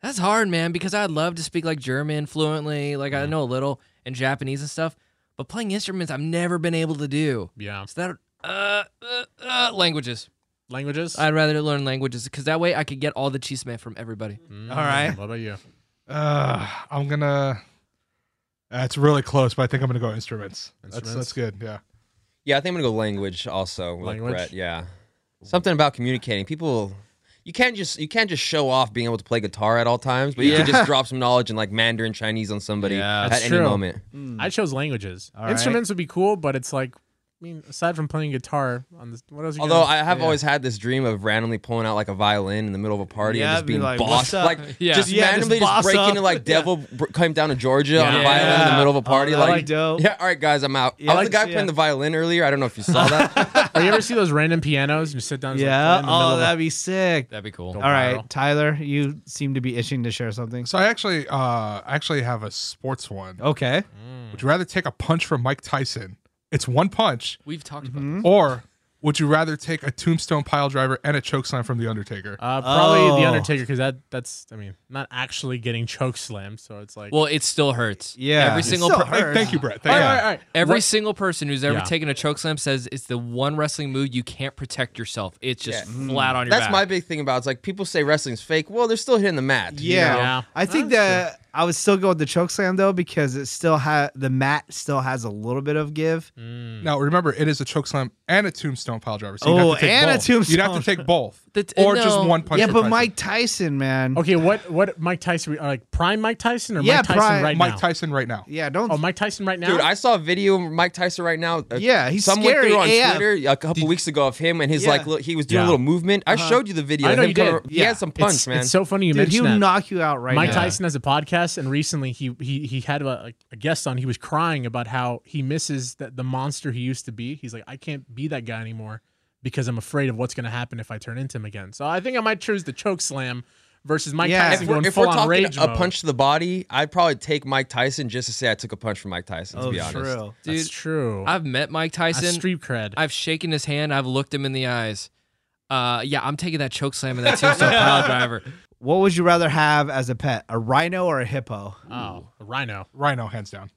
Speaker 2: That's hard, man, because I'd love to speak like German fluently, like I know a little, and Japanese and stuff, but playing instruments I've never been able to do.
Speaker 4: Yeah.
Speaker 2: So that uh, uh, uh languages.
Speaker 4: Languages?
Speaker 2: I'd rather learn languages because that way I could get all the cheese man from everybody.
Speaker 1: All right.
Speaker 4: Mm, What about you?
Speaker 5: Uh, I'm gonna. Uh, it's really close, but I think I'm gonna go instruments. That's,
Speaker 4: Instruments?
Speaker 5: that's good. Yeah.
Speaker 3: Yeah, I think I'm gonna go language also.
Speaker 4: Language?
Speaker 3: Like Brett, yeah. Something about communicating. People you can't just you can't just show off being able to play guitar at all times, but you can just drop some knowledge in like Mandarin Chinese on somebody
Speaker 2: Yeah.
Speaker 3: at
Speaker 4: That's
Speaker 3: any
Speaker 4: true.
Speaker 3: moment.
Speaker 4: I chose languages.
Speaker 1: right.
Speaker 4: Instruments would be cool, but it's like, I mean, aside from playing guitar on this, what else? Are you
Speaker 3: Although
Speaker 4: gonna-
Speaker 3: I have
Speaker 4: Yeah.
Speaker 3: always had this dream of randomly pulling out like a violin in the middle of a party
Speaker 1: Yeah,
Speaker 3: and just
Speaker 1: be
Speaker 3: being
Speaker 1: like,
Speaker 3: boss,
Speaker 1: "What's up?"
Speaker 3: like
Speaker 2: Yeah.
Speaker 3: just
Speaker 1: Yeah, just
Speaker 3: randomly just,
Speaker 1: boss
Speaker 3: break
Speaker 1: up.
Speaker 3: into like devil br- came down to Georgia on a
Speaker 2: Yeah.
Speaker 3: violin in the middle of a party,
Speaker 1: Oh, that'd
Speaker 3: like
Speaker 1: be dope.
Speaker 3: yeah. All right, guys, I'm out. I was
Speaker 1: like-
Speaker 3: the guy
Speaker 1: yeah.
Speaker 3: playing the violin earlier. I don't know if you
Speaker 1: <laughs>
Speaker 3: saw that.
Speaker 4: Or you ever see those random pianos and you sit down? and just, like,
Speaker 1: Yeah.
Speaker 4: play in the middle
Speaker 1: Oh,
Speaker 4: of a-
Speaker 1: that'd be sick.
Speaker 2: That'd be cool.
Speaker 4: Don't-
Speaker 1: All right,
Speaker 4: viral.
Speaker 1: Tyler, you seem to be itching to share something.
Speaker 5: So I actually, uh, I actually have a sports one.
Speaker 4: Mm.
Speaker 1: Okay.
Speaker 5: Would you rather take a punch from Mike Tyson? It's one punch,
Speaker 2: We've talked
Speaker 3: Mm-hmm.
Speaker 2: about this.
Speaker 5: or would you rather take a tombstone pile driver and a choke slam from the Undertaker?
Speaker 4: Uh, probably
Speaker 1: Oh.
Speaker 4: the Undertaker because that that's I mean not actually getting choke slammed, so it's like
Speaker 2: Well, it still hurts.
Speaker 1: Yeah.
Speaker 2: Every
Speaker 1: It
Speaker 2: single
Speaker 1: still
Speaker 2: per-
Speaker 1: hurts.
Speaker 5: Thank you, Brett.
Speaker 4: all
Speaker 5: Thank
Speaker 4: right,
Speaker 5: you.
Speaker 4: all right, all right.
Speaker 2: every single person who's ever
Speaker 4: Yeah.
Speaker 2: taken a choke slam says it's the one wrestling move you can't protect yourself. It's just flat on your
Speaker 3: That's
Speaker 2: back.
Speaker 3: my big thing about. it. It's like people say wrestling's fake. Well, they're still hitting the mat.
Speaker 1: Yeah.
Speaker 4: Yeah.
Speaker 1: I think that I would still go with the choke slam though because it still had the mat still has a little bit of give.
Speaker 4: Mm.
Speaker 5: Mm. Now remember, it is a choke slam and a tombstone pile driver. So you'd
Speaker 1: Oh,
Speaker 5: have to take
Speaker 1: and a
Speaker 5: both. You'd have to
Speaker 1: tombstone. uh,
Speaker 5: take both,
Speaker 1: <laughs>
Speaker 2: That's-
Speaker 5: or just
Speaker 2: no.
Speaker 5: one punch.
Speaker 1: yeah,
Speaker 5: from
Speaker 1: but
Speaker 5: Tyson.
Speaker 1: Mike Tyson, man.
Speaker 4: Okay, what what Mike Tyson? we- uh, Like prime Mike Tyson or
Speaker 1: Yeah,
Speaker 4: Mike Tyson
Speaker 1: prime-
Speaker 4: right
Speaker 5: Mike
Speaker 4: now?
Speaker 5: Tyson right now.
Speaker 1: Yeah, don't.
Speaker 4: Oh, Mike Tyson right now.
Speaker 3: Dude, I saw a video of Mike Tyson right now. Uh,
Speaker 1: Yeah, he's
Speaker 3: someone
Speaker 1: scary
Speaker 3: threw on
Speaker 1: AF.
Speaker 3: Twitter a couple weeks ago of him and his
Speaker 1: Yeah.
Speaker 3: like li- he was doing
Speaker 4: Yeah.
Speaker 3: a little movement. Uh-huh. I showed you the video.
Speaker 4: I
Speaker 3: of
Speaker 4: know
Speaker 3: him
Speaker 4: you did.
Speaker 3: coming- He
Speaker 1: Yeah.
Speaker 3: had some punch,
Speaker 4: it's,
Speaker 3: man.
Speaker 4: It's so funny you
Speaker 1: dude, he
Speaker 4: mentioned
Speaker 1: would
Speaker 4: that.
Speaker 1: knock you out right
Speaker 4: Mike
Speaker 1: now.
Speaker 4: Tyson has a podcast, and recently he he he had a, a guest on. He was crying about how he misses that the monster he used to be. He's like, I can't be that guy anymore because I'm afraid of what's going to happen if I turn into him again. So I think I might choose the choke slam versus Mike
Speaker 1: Yeah.
Speaker 4: Tyson
Speaker 3: if
Speaker 4: going
Speaker 3: we're, if
Speaker 4: full
Speaker 3: we're
Speaker 4: on
Speaker 3: talking
Speaker 4: rage
Speaker 3: a
Speaker 4: mode.
Speaker 3: punch to the body, I'd probably take Mike Tyson just to say I took a punch from Mike Tyson. To
Speaker 1: Oh,
Speaker 3: be honest,
Speaker 1: true.
Speaker 2: Dude,
Speaker 4: That's true.
Speaker 2: I've met Mike
Speaker 4: That's
Speaker 2: Tyson.
Speaker 4: street cred.
Speaker 2: I've shaken his hand. I've looked him in the eyes. Uh, yeah, I'm taking that choke slam and that tombstone pile
Speaker 1: <laughs>
Speaker 2: driver.
Speaker 1: What would you rather have as a pet, a rhino or a hippo?
Speaker 4: oh, a rhino.
Speaker 5: Rhino, hands down.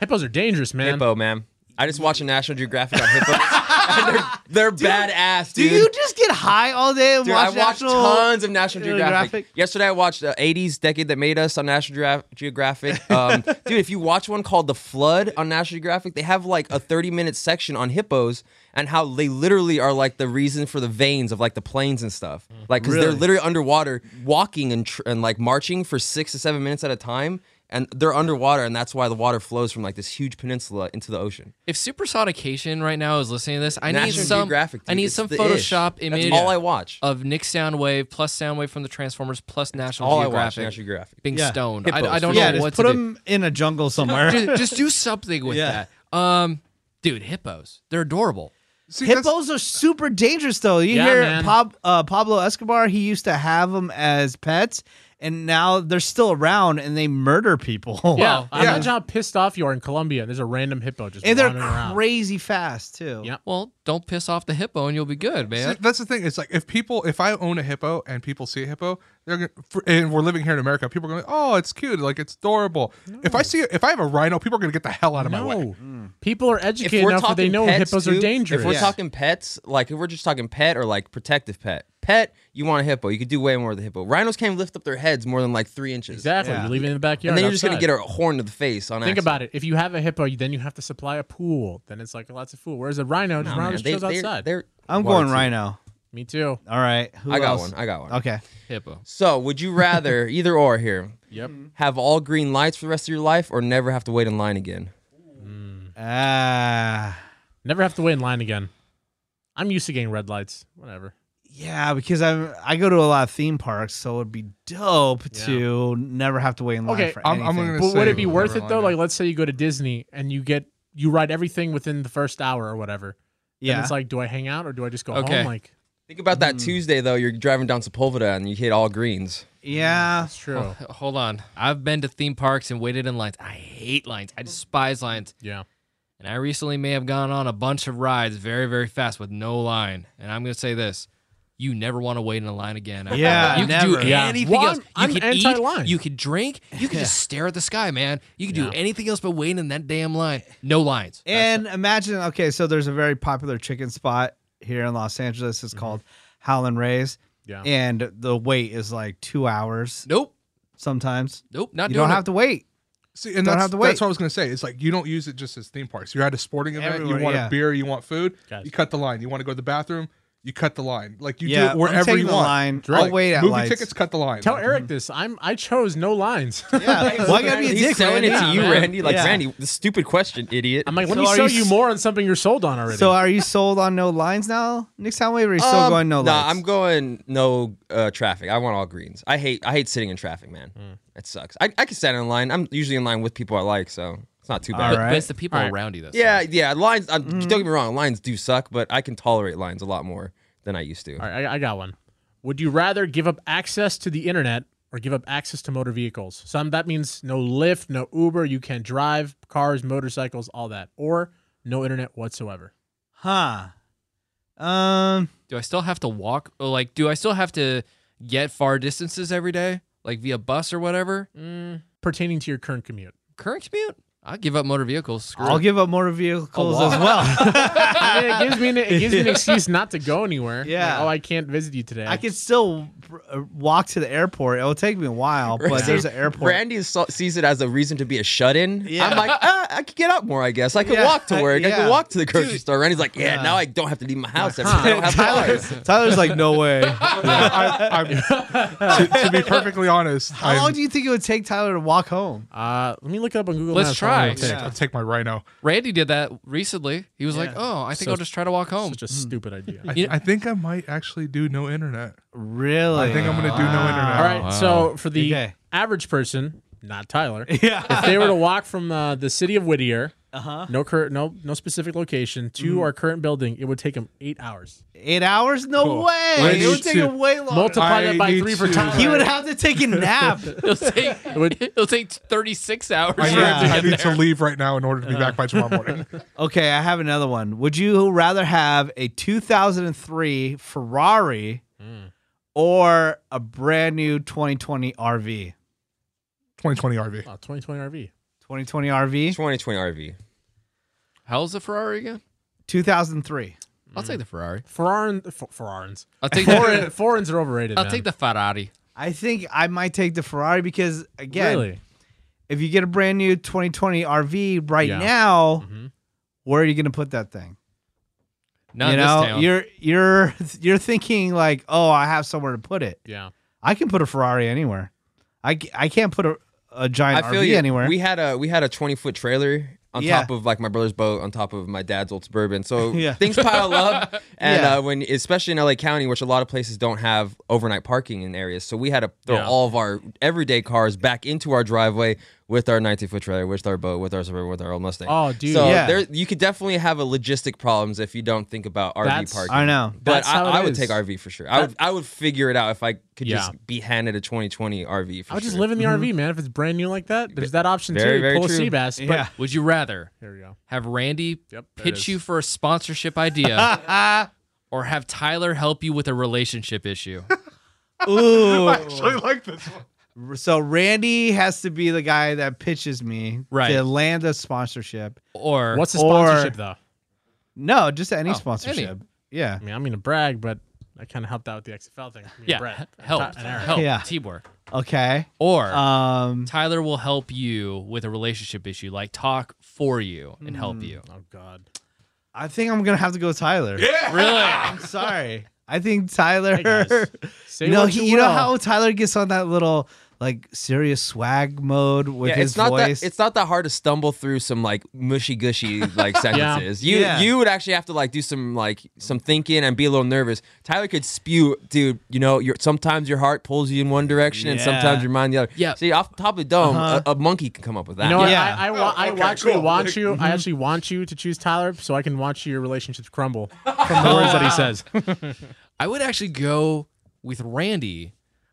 Speaker 4: Hippos are dangerous, man.
Speaker 3: hippo, man. I just watched a National Geographic on
Speaker 4: <laughs>
Speaker 3: hippos. <laughs> And they're they're badass,
Speaker 1: Do
Speaker 3: dude.
Speaker 1: you just get high all day and
Speaker 3: Dude,
Speaker 1: watch
Speaker 3: I watched
Speaker 1: National-
Speaker 3: tons of National Geographic.
Speaker 1: Geographic?
Speaker 3: Yesterday, I watched the '80s decade that made us on National Geograph-
Speaker 2: <laughs>
Speaker 3: Geographic. Um, dude, if you watch one called "The Flood" on National Geographic, they have like a 30-minute section on hippos and how they literally are like the reason for the veins of like the planes and stuff.
Speaker 2: Mm-hmm.
Speaker 3: Like, because they're
Speaker 1: Really?
Speaker 3: literally underwater, walking and tr- and like marching for six to seven minutes at a time. And they're underwater, and that's why the water flows from like this huge peninsula into the ocean.
Speaker 2: If Supersonication right now is listening to this, I need
Speaker 3: National
Speaker 2: some.
Speaker 3: Geographic.
Speaker 2: I
Speaker 3: dude,
Speaker 2: need
Speaker 3: it's
Speaker 2: some
Speaker 3: the
Speaker 2: Photoshop
Speaker 3: ish.
Speaker 2: image.
Speaker 3: That's all I watch.
Speaker 2: of Nick Soundwave plus Soundwave from the Transformers plus National
Speaker 3: all I watch,
Speaker 2: Geographic
Speaker 3: National Geographic.
Speaker 2: being
Speaker 1: Yeah.
Speaker 2: stoned. I,
Speaker 3: Hippos.
Speaker 2: I don't
Speaker 1: Yeah,
Speaker 2: know what
Speaker 1: just put
Speaker 2: to do.
Speaker 1: him in a jungle somewhere. <laughs>
Speaker 3: <laughs>
Speaker 2: Ju- <laughs> just do something with
Speaker 1: Yeah.
Speaker 2: that. Um, dude, hippos. They're adorable.
Speaker 5: See, that's-
Speaker 1: Hippos are super dangerous, though. You
Speaker 4: Yeah,
Speaker 1: hear
Speaker 4: man.
Speaker 1: Pab- uh, Pablo Escobar, he used to have them as pets, and now they're still around and they murder people. <laughs>
Speaker 4: yeah,
Speaker 2: Wow.
Speaker 4: imagine how pissed off you are in Colombia. There's a random hippo just
Speaker 1: And
Speaker 4: running
Speaker 1: they're
Speaker 4: around.
Speaker 1: crazy fast, too.
Speaker 4: Yeah.
Speaker 2: Well, don't piss off the hippo and you'll be good, man.
Speaker 5: See, that's the thing. It's like if people, if I own a hippo and people see a hippo, they're gonna, for, and we're living here in America, people are going, "Oh, it's cute, like it's adorable." If I see, if I have a rhino, people are going to get the hell out of my way.
Speaker 4: No, people are educated enough that they know
Speaker 3: pets,
Speaker 4: hippos
Speaker 3: too,
Speaker 4: are dangerous.
Speaker 3: If we're
Speaker 1: Yeah.
Speaker 3: talking pets, like if we're just talking pet or like protective pet, pet, you want a hippo. You could do way more with a hippo. Rhinos can't lift up their heads more than like three inches.
Speaker 4: Exactly. You leave it in the backyard.
Speaker 3: And then you're just
Speaker 4: outside.
Speaker 3: gonna get a horn to the face on
Speaker 4: Think
Speaker 3: accident.
Speaker 4: about it. If you have a hippo, you- then you have to supply a pool. Then it's like lots of food. Whereas a rhino, just
Speaker 3: Nah,
Speaker 4: rhino
Speaker 3: man,
Speaker 4: just
Speaker 3: they-
Speaker 4: chills
Speaker 3: they're-
Speaker 4: outside.
Speaker 3: they're
Speaker 1: I'm
Speaker 3: water
Speaker 1: going
Speaker 3: too.
Speaker 1: rhino.
Speaker 4: Me too.
Speaker 1: All right. Who
Speaker 3: I got
Speaker 1: else?
Speaker 3: one. I got one.
Speaker 1: Okay.
Speaker 2: hippo.
Speaker 3: So would
Speaker 1: <laughs>
Speaker 3: you rather either or here?
Speaker 4: Yep.
Speaker 3: Have all green lights for the rest of your life or never have to wait in line again?
Speaker 1: Ah. Uh,
Speaker 4: Never have to wait in line again. I'm used to getting red lights. Whatever.
Speaker 1: Yeah, because I I go to a lot of theme parks, so it'd be dope to never have to wait in line
Speaker 4: Okay,
Speaker 1: for
Speaker 5: I'm- I'm
Speaker 1: anything.
Speaker 5: gonna-
Speaker 4: But would
Speaker 5: say
Speaker 4: it be worth
Speaker 5: whatever
Speaker 4: it though?
Speaker 5: lineup.
Speaker 4: Like, let's say you go to Disney and you get you ride everything within the first hour or whatever. Yeah.
Speaker 1: yeah,
Speaker 4: it's like, do I hang out or do I just go
Speaker 2: Okay.
Speaker 4: home? Like,
Speaker 3: Think about
Speaker 1: Hmm.
Speaker 3: that Tuesday though. You're driving down Sepulveda and you hit all greens.
Speaker 1: yeah.
Speaker 4: it's true.
Speaker 2: H- Hold on. I've been to theme parks and waited in lines. I hate lines. I despise lines.
Speaker 4: <laughs> Yeah.
Speaker 2: And I recently may have gone on a bunch of rides very, very fast with no line. And I'm going to say this. You never want to wait in a line again. after
Speaker 1: Yeah,
Speaker 2: that. you can
Speaker 1: never.
Speaker 2: do
Speaker 4: Yeah.
Speaker 2: anything
Speaker 4: Well,
Speaker 2: else. You
Speaker 4: I'm-
Speaker 2: can
Speaker 4: I'm
Speaker 2: eat,
Speaker 4: anti-line.
Speaker 2: you can drink, you can just stare at the sky, man. You can
Speaker 4: Yeah.
Speaker 2: do anything else but waiting in that damn line. No lines.
Speaker 1: And imagine, okay, so there's a very popular chicken spot here in Los Angeles.
Speaker 3: Mm-hmm.
Speaker 1: It's called Howlin' Rays.
Speaker 4: Yeah.
Speaker 1: And the wait is like two hours
Speaker 2: Nope,
Speaker 1: sometimes.
Speaker 2: nope, not
Speaker 1: You
Speaker 2: doing
Speaker 1: don't
Speaker 2: it.
Speaker 1: have to wait.
Speaker 5: See, and
Speaker 1: Don't
Speaker 5: that's,
Speaker 1: have to wait.
Speaker 5: that's what I was gonna say. It's like you don't use it just as theme parks. You're at a sporting event.
Speaker 1: Everywhere,
Speaker 5: you want
Speaker 1: yeah.
Speaker 5: a beer. You want food.
Speaker 4: Gotcha.
Speaker 5: You cut the line. You want to go to the bathroom. You cut the line. Like you
Speaker 1: yeah,
Speaker 5: do it wherever
Speaker 1: I'm
Speaker 5: you
Speaker 1: taking the
Speaker 5: want.
Speaker 1: line.
Speaker 5: Like,
Speaker 1: I'll wait at
Speaker 5: movie
Speaker 1: lights.
Speaker 5: tickets. Cut the line.
Speaker 4: Tell Eric this. I'm I chose no lines.
Speaker 1: Yeah, <laughs> why gotta be a
Speaker 3: He's
Speaker 1: dick?
Speaker 3: selling it
Speaker 1: Randy?
Speaker 3: to you,
Speaker 2: man.
Speaker 3: Randy. Like
Speaker 1: Yeah.
Speaker 3: Randy, the stupid question, idiot.
Speaker 4: <laughs> I'm like, let
Speaker 1: So
Speaker 4: me
Speaker 1: are
Speaker 4: sell
Speaker 1: you
Speaker 4: you
Speaker 1: s-
Speaker 4: more on something you're sold on already.
Speaker 1: So are you sold on no lines now, Nick Soundwave? Or are you still
Speaker 3: Um,
Speaker 1: going no
Speaker 3: Nah,
Speaker 1: lines?
Speaker 3: I'm going no uh, traffic. I want all greens. I hate I hate sitting in traffic, man.
Speaker 1: Mm.
Speaker 3: That sucks. I, I can stand in line. I'm usually in line with people I like, so it's not too bad.
Speaker 1: All
Speaker 2: But-
Speaker 1: right.
Speaker 2: But it's the people
Speaker 4: All right.
Speaker 2: around you. That's
Speaker 3: Yeah, yeah. Lines. I'm,
Speaker 1: Mm-hmm.
Speaker 3: Don't get me wrong. Lines do suck, but I can tolerate lines a lot more than I used to.
Speaker 4: All right, I, I got one. Would you rather give up access to the internet or give up access to motor vehicles? Some that means no Lyft, no Uber. You can't drive cars, motorcycles, all that, or no internet whatsoever.
Speaker 1: huh. Um.
Speaker 2: Do I still have to walk? Or like, do I still have to get far distances every day, like via bus or whatever?
Speaker 1: Mm.
Speaker 4: Pertaining to your current commute,
Speaker 2: Current commute? I give up motor vehicles. Screw
Speaker 1: I'll
Speaker 2: it.
Speaker 1: give up motor vehicles as <laughs> well.
Speaker 4: I mean, <laughs> it gives me an, it
Speaker 1: <laughs>
Speaker 4: gives me an excuse not to go anywhere.
Speaker 1: Yeah.
Speaker 4: Like, oh, I can't visit you
Speaker 1: <laughs>
Speaker 4: today.
Speaker 1: I can still uh, walk to the airport. It'll take me a while, but
Speaker 3: Right.
Speaker 1: there's an airport.
Speaker 3: Randy so- sees it as a reason to be a shut-in.
Speaker 1: Yeah.
Speaker 3: I'm like, ah, I could get up more, I guess. I could
Speaker 1: Yeah,
Speaker 3: walk to work. I
Speaker 1: yeah.
Speaker 3: could walk to the grocery store. Randy's like, yeah, now I don't have to leave my house. every day.
Speaker 1: <laughs>
Speaker 3: I don't have
Speaker 1: Tyler's,
Speaker 3: cars.
Speaker 1: Tyler's like, no way.
Speaker 3: <laughs>
Speaker 1: How
Speaker 5: I, I'm, to, to be perfectly honest,
Speaker 1: long
Speaker 5: I'm,
Speaker 1: do you think it would take Tyler to walk home?
Speaker 4: Uh, let me look it up on Google.
Speaker 2: Let's
Speaker 4: Maps how long
Speaker 2: try.
Speaker 4: it'll take.
Speaker 1: Yeah.
Speaker 5: I'll take my rhino.
Speaker 2: Randy did that recently. He was like,
Speaker 4: Yeah.
Speaker 2: "Oh, I think
Speaker 4: So-
Speaker 2: I'll just try to walk
Speaker 4: <laughs>
Speaker 2: home."
Speaker 4: Such a
Speaker 1: Mm-hmm.
Speaker 4: stupid idea.
Speaker 5: I,
Speaker 2: You-
Speaker 5: I think I might actually do no internet.
Speaker 1: Really?
Speaker 5: I think I'm gonna do no internet.
Speaker 4: All right.
Speaker 2: Wow.
Speaker 4: So for the
Speaker 1: Oh, Okay.
Speaker 4: average person,
Speaker 1: <laughs>
Speaker 4: not Tyler,
Speaker 1: Yeah.
Speaker 4: if they were to walk from uh, the city of Whittier,
Speaker 1: Uh-huh.
Speaker 4: no cur- no no specific location to our current building, it would take them eight hours.
Speaker 1: Eight hours? No
Speaker 5: Cool.
Speaker 1: way.
Speaker 5: I
Speaker 1: it would
Speaker 5: need
Speaker 1: take
Speaker 5: to
Speaker 1: him way longer.
Speaker 4: Multiply
Speaker 5: I
Speaker 4: that by
Speaker 5: need
Speaker 4: three for
Speaker 5: to-
Speaker 4: Tyler.
Speaker 1: he
Speaker 4: <laughs>
Speaker 1: would have to take a nap.
Speaker 2: it'll take <laughs> it'll take 36 hours.
Speaker 4: Oh,
Speaker 5: I need,
Speaker 2: for him to
Speaker 5: I
Speaker 2: get
Speaker 5: need to
Speaker 2: there.
Speaker 5: leave right now in order to be back by tomorrow
Speaker 1: <laughs>
Speaker 5: morning.
Speaker 1: <laughs> okay, I have another one. Would you rather have a 2003 Ferrari or a brand new 2020 RV?
Speaker 5: 2020 RV.
Speaker 4: Oh, 2020 RV.
Speaker 1: 2020 RV?
Speaker 3: 2020 RV.
Speaker 2: How's the Ferrari again?
Speaker 1: 2003.
Speaker 2: I'll
Speaker 4: Mm.
Speaker 2: take the Ferrari.
Speaker 4: Ferrarin, F- <laughs> Ferrarins.
Speaker 2: I'll take
Speaker 4: Foreign,
Speaker 2: the,
Speaker 4: foreigns are overrated.
Speaker 2: I'll
Speaker 4: man.
Speaker 2: take the Ferrari.
Speaker 1: I think I might take the Ferrari because, again,
Speaker 4: Really?
Speaker 1: if you get a brand new 2020 RV right
Speaker 4: Yeah.
Speaker 1: now,
Speaker 4: Mhm.
Speaker 1: where are you going to put that thing?
Speaker 2: Not
Speaker 1: you
Speaker 2: in this
Speaker 1: know,
Speaker 2: town.
Speaker 1: you're you're <laughs> you're thinking like, oh, I have somewhere to put it.
Speaker 4: Yeah.
Speaker 1: I can put a Ferrari anywhere. I, ca- I can't put a, a giant
Speaker 3: I feel
Speaker 1: RV
Speaker 3: you.
Speaker 1: anywhere.
Speaker 3: We had a we had a 20 foot trailer on
Speaker 1: Yeah.
Speaker 3: top of like my brother's boat, on top of my dad's old suburban.
Speaker 4: <laughs>
Speaker 3: So
Speaker 1: Yeah.
Speaker 3: things pile up, and
Speaker 1: Yeah.
Speaker 3: uh, when especially in LA County, which a lot of places don't have overnight parking in areas, so we had to throw
Speaker 4: Yeah.
Speaker 3: all of our everyday cars back into our driveway with our 19 foot trailer, with our boat, with our suburban, with our old Mustang.
Speaker 4: Oh, dude.
Speaker 3: So
Speaker 1: yeah.
Speaker 3: there, you could definitely have a logistic problems if you don't think about RV
Speaker 4: That's-
Speaker 3: parking.
Speaker 1: I know.
Speaker 3: But
Speaker 4: That's how it
Speaker 3: I, I would
Speaker 4: is.
Speaker 3: take RV for sure. I would I would figure it out if I could just be handed a 2020 RV. For
Speaker 4: I'll just
Speaker 3: sure.
Speaker 4: live in the RV, man. If it's brand new like that, there's that option
Speaker 3: Very,
Speaker 4: too.
Speaker 3: very
Speaker 4: Pull
Speaker 3: true.
Speaker 4: a sea bass. But
Speaker 1: Yeah.
Speaker 2: Would you rather
Speaker 4: There we go.
Speaker 2: have Randy
Speaker 4: Yep, there it
Speaker 2: pitch
Speaker 4: is.
Speaker 2: you for a sponsorship
Speaker 4: <laughs>
Speaker 2: idea or have Tyler help you with a relationship
Speaker 4: <laughs>
Speaker 2: issue?
Speaker 1: Ooh.
Speaker 5: actually like this one.
Speaker 1: So Randy has to be the guy that pitches me
Speaker 2: Right.
Speaker 1: to land a sponsorship.
Speaker 2: Or
Speaker 4: What's the
Speaker 1: Or-
Speaker 4: sponsorship though?
Speaker 1: No, just any
Speaker 2: Oh,
Speaker 1: sponsorship.
Speaker 2: any.
Speaker 1: Yeah.
Speaker 4: I mean, I'm gonna brag, but I kind of helped out with the XFL thing. Me and
Speaker 2: yeah,
Speaker 4: Brett, and
Speaker 2: help,
Speaker 4: Ty- and Eric. Uh,
Speaker 2: help,
Speaker 1: Yeah.
Speaker 2: teamwork.
Speaker 1: Okay.
Speaker 2: Or
Speaker 1: Um.
Speaker 2: Tyler will help you with a relationship issue, like talk for you and help you.
Speaker 4: Oh God.
Speaker 1: I think I'm gonna have to go with Tyler.
Speaker 2: Really? <laughs>
Speaker 1: I'm sorry. I think Tyler.
Speaker 4: Hey guys, say
Speaker 1: no,
Speaker 4: what
Speaker 1: he,
Speaker 4: you
Speaker 1: you know
Speaker 4: will.
Speaker 1: how Tyler gets on that little like serious swag mode with
Speaker 3: Yeah,
Speaker 1: his
Speaker 3: it's not
Speaker 1: voice.
Speaker 3: that it's not that hard to stumble through some like mushy gushy
Speaker 4: <laughs>
Speaker 3: like sentences. You
Speaker 1: Yeah.
Speaker 3: you would actually have to like do some like some thinking and be a little nervous. Tyler could spew, dude. You know, your sometimes your heart pulls you in one direction and
Speaker 1: Yeah.
Speaker 3: sometimes your mind the other.
Speaker 2: Yeah.
Speaker 3: See, off the top of the dome, a, a monkey can come up with that.
Speaker 4: Uh-huh. You know what?
Speaker 1: Yeah.
Speaker 4: I, I, wa- I
Speaker 5: Oh, okay,
Speaker 4: actually
Speaker 5: cool.
Speaker 4: want you. I actually want you to choose Tyler so I can watch your relationships crumble <laughs> Uh, from the words that he says.
Speaker 2: I would actually go with Randy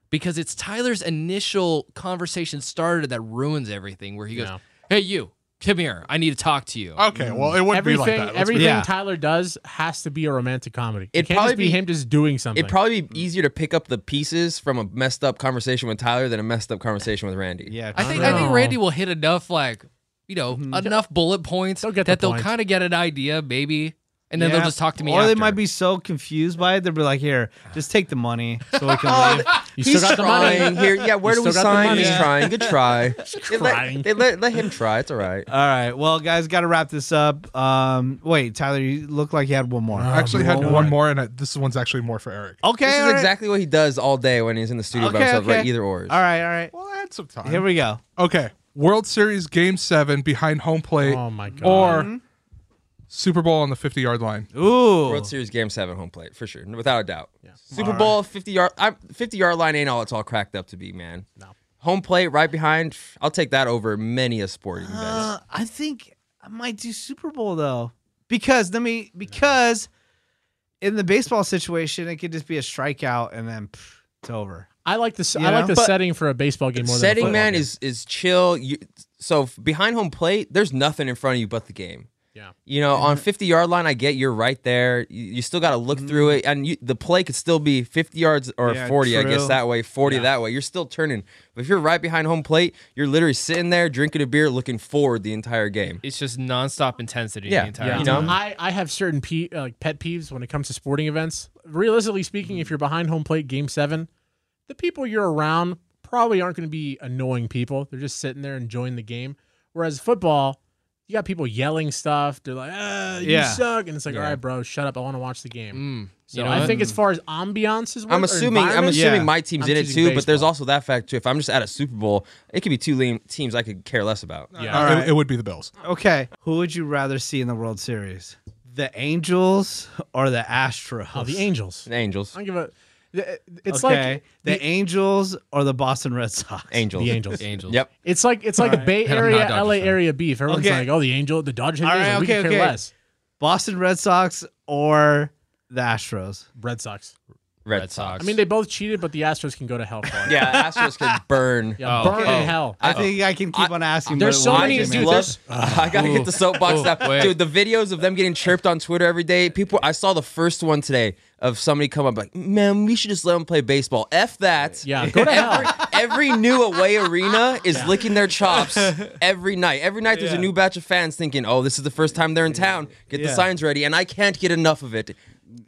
Speaker 2: because it's Tyler's initial conversation started that ruins everything. Where he goes,
Speaker 4: Yeah. Oh,
Speaker 2: "Hey, you, come here. I need to talk to you."
Speaker 5: Okay, well, it would be
Speaker 4: everything,
Speaker 5: like that. Let's
Speaker 4: everything
Speaker 1: Yeah.
Speaker 4: Tyler does has to be a romantic comedy. It,
Speaker 3: It'd
Speaker 4: can't just
Speaker 3: probably
Speaker 4: be
Speaker 3: be-
Speaker 4: him just doing something.
Speaker 3: It'd probably be easier to pick up the pieces from a messed up conversation with Tyler than a messed up conversation with Randy.
Speaker 1: yeah,
Speaker 2: I think
Speaker 4: don't
Speaker 2: I think
Speaker 4: know.
Speaker 2: Randy will hit enough like you know enough bullet points
Speaker 4: They'll get the
Speaker 2: that they'll
Speaker 4: point.
Speaker 2: kind of get an idea maybe, and then
Speaker 1: Yeah.
Speaker 2: they'll just talk to me.
Speaker 1: Or
Speaker 2: after.
Speaker 1: they might be so confused by it, they'll be like, "Here, just take the money, so we
Speaker 3: <laughs>
Speaker 1: can leave."
Speaker 4: you
Speaker 3: He's
Speaker 4: still got the money.
Speaker 3: trying
Speaker 4: <laughs>
Speaker 3: here. Yeah, where
Speaker 4: He's
Speaker 3: do we
Speaker 4: still got the
Speaker 3: sign?
Speaker 4: money.
Speaker 3: He's
Speaker 4: Yeah.
Speaker 3: trying. Good
Speaker 4: <laughs>
Speaker 3: try. they
Speaker 4: crying.
Speaker 3: let, they let, let him try. It's all right.
Speaker 1: All right, well, guys, got to wrap this up. Um, wait, Tyler, you look like you had one more.
Speaker 5: I actually had
Speaker 1: One
Speaker 5: one more, and I, this one's actually more for Eric.
Speaker 1: Okay,
Speaker 3: This
Speaker 1: all
Speaker 3: is
Speaker 1: right.
Speaker 3: exactly what he does all day when he's in the studio by
Speaker 1: Okay,
Speaker 3: himself, right?
Speaker 1: okay.
Speaker 3: Either or.
Speaker 1: All right, all right.
Speaker 5: Well, I had some time.
Speaker 1: Here we go.
Speaker 5: okay, World Series Game Seven behind home plate,
Speaker 4: Oh my god.
Speaker 5: or Super Bowl on the fifty-yard line.
Speaker 1: Ooh,
Speaker 3: World Series Game Seven home plate for sure, without a doubt. Super Bowl fifty yard, I'm, fifty yard line ain't all it's all cracked up to be, man. No. Home plate right behind. pff, I'll take that over many a sporting event.
Speaker 1: uh, I think I might do Super Bowl though, because let me because in the baseball situation, it could just be a strikeout and then pff, it's over.
Speaker 4: I like this.
Speaker 1: You
Speaker 4: I like
Speaker 1: know?
Speaker 4: the
Speaker 1: But-
Speaker 4: setting for a baseball game more
Speaker 3: Setting
Speaker 4: than a football
Speaker 3: man
Speaker 4: game.
Speaker 3: is is chill. You, so f- behind home plate, there's nothing in front of you but the game.
Speaker 4: Yeah.
Speaker 3: You know, on 50 yard line, I get you're right there. You, you still got to look through it, and you, the play could still be 50 yards or
Speaker 1: Mm-hmm. Yeah,
Speaker 3: 40, I guess
Speaker 1: true.
Speaker 3: that way, 40 that way. You're still turning. But if you're right behind home plate, you're literally sitting there drinking a beer, looking forward the entire game.
Speaker 2: It's just nonstop intensity
Speaker 3: Yeah.
Speaker 2: the entire
Speaker 4: Yeah.
Speaker 3: You
Speaker 2: time.
Speaker 4: <laughs>
Speaker 3: know?
Speaker 4: I, I have certain pe- uh, like pet peeves when it comes to sporting events. Realistically speaking, if you're behind home plate game seven, the people you're around probably aren't going to be annoying people. They're just sitting there enjoying the game. Whereas football, you got people yelling stuff. They're like, ah, you
Speaker 1: Yeah.
Speaker 4: suck. And it's like, all right, bro, shut up. I want to watch the
Speaker 2: Mm.
Speaker 4: game. So
Speaker 2: You know
Speaker 4: I
Speaker 2: what?
Speaker 4: think as far as ambiance is
Speaker 3: I'm
Speaker 4: worth- or
Speaker 3: assuming I'm
Speaker 4: environment-
Speaker 3: assuming
Speaker 1: Yeah.
Speaker 3: my team's
Speaker 4: I'm
Speaker 3: in it
Speaker 4: choosing
Speaker 3: too, but there's
Speaker 4: baseball.
Speaker 3: also that fact too. If I'm just at a Super Bowl, it could be two lame teams I could care less about.
Speaker 4: Yeah.
Speaker 5: All right.
Speaker 1: right.
Speaker 5: Uh, it, it would be the Bills.
Speaker 1: Okay, who would you rather see in the World Series, the Angels or the Astros?
Speaker 4: Oh, the Angels.
Speaker 3: The Angels.
Speaker 4: I don't give a. th- It's
Speaker 1: okay,
Speaker 4: like
Speaker 1: the, Angels or the Boston Red Sox.
Speaker 3: Angels.
Speaker 4: the Angels.
Speaker 2: Angels.
Speaker 3: Yep.
Speaker 4: It's like it's like Bay
Speaker 2: I'm not a
Speaker 4: Area,
Speaker 2: Dodgers
Speaker 4: LA
Speaker 2: fan.
Speaker 4: area beef. Everyone's
Speaker 1: Okay.
Speaker 4: like, oh, the Angel, the Dodgers.
Speaker 1: All
Speaker 4: Angels,
Speaker 1: right,
Speaker 4: we could
Speaker 1: okay,
Speaker 4: care
Speaker 1: okay.
Speaker 4: less.
Speaker 1: Boston Red Sox or the Astros.
Speaker 4: Red Sox.
Speaker 3: Red,
Speaker 2: Red
Speaker 3: Sox.
Speaker 2: Sox.
Speaker 4: I mean, they both cheated, but the Astros can go to hell for it.
Speaker 3: Yeah, Astros could burn.
Speaker 4: yeah,
Speaker 2: Oh,
Speaker 4: burn
Speaker 2: okay.
Speaker 4: in hell.
Speaker 1: I think I can keep on asking.
Speaker 4: there's
Speaker 1: but
Speaker 4: so
Speaker 1: why,
Speaker 4: many-
Speaker 3: I just
Speaker 4: dude,
Speaker 1: Jimmy?
Speaker 3: love.
Speaker 4: there's-
Speaker 3: I gotta get the soapbox
Speaker 2: Ooh,
Speaker 3: stuff,
Speaker 2: wait.
Speaker 3: dude. The videos of them getting chirped on Twitter every day. People, I saw the first one today of somebody come up like, "Man, we should just let them play baseball." F that.
Speaker 4: Yeah, go to hell.
Speaker 3: <laughs>
Speaker 1: <laughs>
Speaker 3: Every new away arena is licking their chops every night. Every night there's a new batch of fans thinking, "Oh, this is the first time they're in town. Get the
Speaker 1: Yeah.
Speaker 3: signs ready." And I can't get enough of it.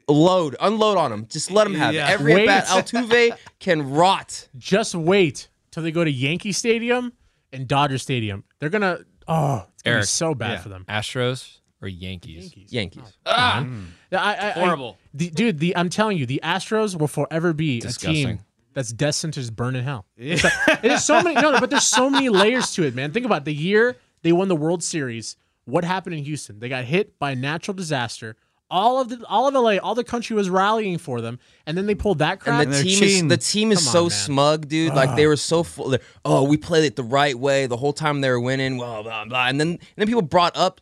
Speaker 3: Load, unload on them. Just let them have
Speaker 1: Yeah.
Speaker 3: it. Every
Speaker 4: Wait.
Speaker 3: at bat, Altuve can rot.
Speaker 4: Just wait till they go to Yankee Stadium and Dodger Stadium. They're gonna. Oh, it's gonna be
Speaker 2: Eric.
Speaker 4: so bad
Speaker 1: Yeah.
Speaker 4: for them.
Speaker 2: Astros or Yankees.
Speaker 4: Yankees.
Speaker 3: Yankees.
Speaker 2: Ah,
Speaker 4: I- I- I-
Speaker 2: Horrible.
Speaker 4: the- dude, the I'm telling you, the Astros will forever be a team
Speaker 2: Disgusting.
Speaker 4: that's destined to just burn in hell. It's like- there's so many. No, no, but there's so many layers to it, man. Think about it. the year they won the World Series. What happened in Houston? They got hit by a natural disaster. All of the, all of LA, all the country was rallying for them, and then they pulled that crap.
Speaker 3: And the
Speaker 1: they're
Speaker 3: team
Speaker 1: cheating.
Speaker 3: is the team is
Speaker 4: Come on,
Speaker 3: so
Speaker 4: man.
Speaker 3: smug, dude. Like they were so full. they're, Oh, we played it the right way the whole time they were winning. Blah blah blah. And then and then people brought up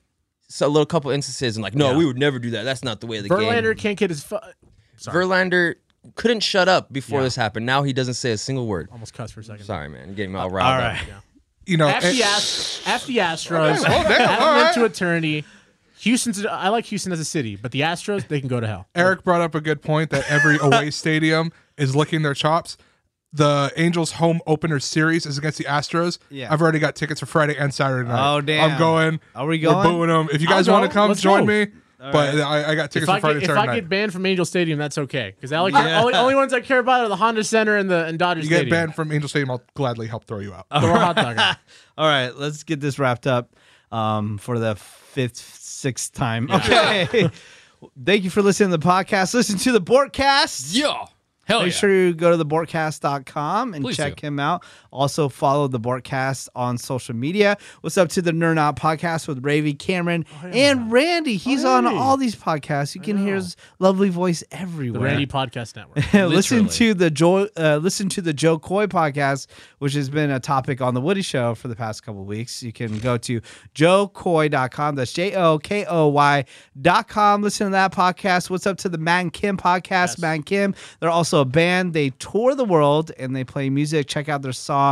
Speaker 3: so a little couple instances and like, no, we would never do that. That's not the way of the
Speaker 4: Verlander
Speaker 3: game.
Speaker 4: can't get his. Fu- Sorry,
Speaker 3: Verlander couldn't shut up before this happened. Now he doesn't say a single word.
Speaker 4: almost cussed for a second.
Speaker 3: Sorry, man. You're getting me all riled
Speaker 1: right.
Speaker 3: up.
Speaker 5: You know,
Speaker 4: F
Speaker 5: and-
Speaker 4: the, Ast- F the Astros.
Speaker 5: damn, oh, damn,
Speaker 4: F
Speaker 5: all
Speaker 4: them
Speaker 5: right.
Speaker 4: to eternity. Houston's. I like Houston as a city, but the Astros they can go to hell.
Speaker 5: Eric brought up a good point
Speaker 4: <laughs>
Speaker 5: that every away stadium is licking their chops. The Angels home opener series is against the Astros.
Speaker 1: Yeah.
Speaker 5: I've already got tickets for Friday and Saturday night.
Speaker 1: Oh, damn.
Speaker 5: I'm going.
Speaker 1: Are we
Speaker 5: We're
Speaker 1: going?
Speaker 5: booing them. If you
Speaker 4: I'll
Speaker 5: guys want to
Speaker 4: go.
Speaker 5: come,
Speaker 4: Let's
Speaker 5: join
Speaker 4: go.
Speaker 5: me. But I, I got tickets
Speaker 4: If
Speaker 5: for
Speaker 4: I,
Speaker 5: Friday
Speaker 4: get,
Speaker 5: and
Speaker 4: if
Speaker 5: Saturday
Speaker 4: I
Speaker 5: night.
Speaker 4: get banned from Angel Stadium, that's okay because I like the only, only ones I care about are the Honda Center and the and Dodger
Speaker 5: you
Speaker 4: Stadium.
Speaker 5: get banned from Angel Stadium, I'll gladly help throw you out.
Speaker 4: Throw a hot dog
Speaker 1: <laughs>
Speaker 4: out.
Speaker 1: All right, let's get this wrapped up um, for the fifth,
Speaker 2: <laughs>
Speaker 1: sixth time. Okay. Thank you for listening to the podcast. Listen to the Bortcast.
Speaker 2: yeah. Hell
Speaker 1: Make
Speaker 2: yeah.
Speaker 1: sure you go to thebortcast.com and
Speaker 2: Please
Speaker 1: check
Speaker 2: do.
Speaker 1: him out. Also follow the Bortcast on social media. What's up to the Nerd Out podcast with Ravy Cameron
Speaker 2: Oh,
Speaker 1: and Randy. He's on
Speaker 4: Randy.
Speaker 1: all these podcasts. You can hear his lovely voice
Speaker 4: The
Speaker 1: everywhere.
Speaker 4: Randy Podcast
Speaker 1: <laughs>
Speaker 4: Network.
Speaker 1: listen
Speaker 2: Literally.
Speaker 1: to the Joe uh, listen to the Joe Coy podcast, which has been a topic on the Woody Show for the past couple of weeks. You can go to joecoy.com. That's J O K O Y dot com. Listen to that podcast. What's up to the Man Kim podcast? Man Kim. They're also a band. They tour the world and they play music. Check out their song.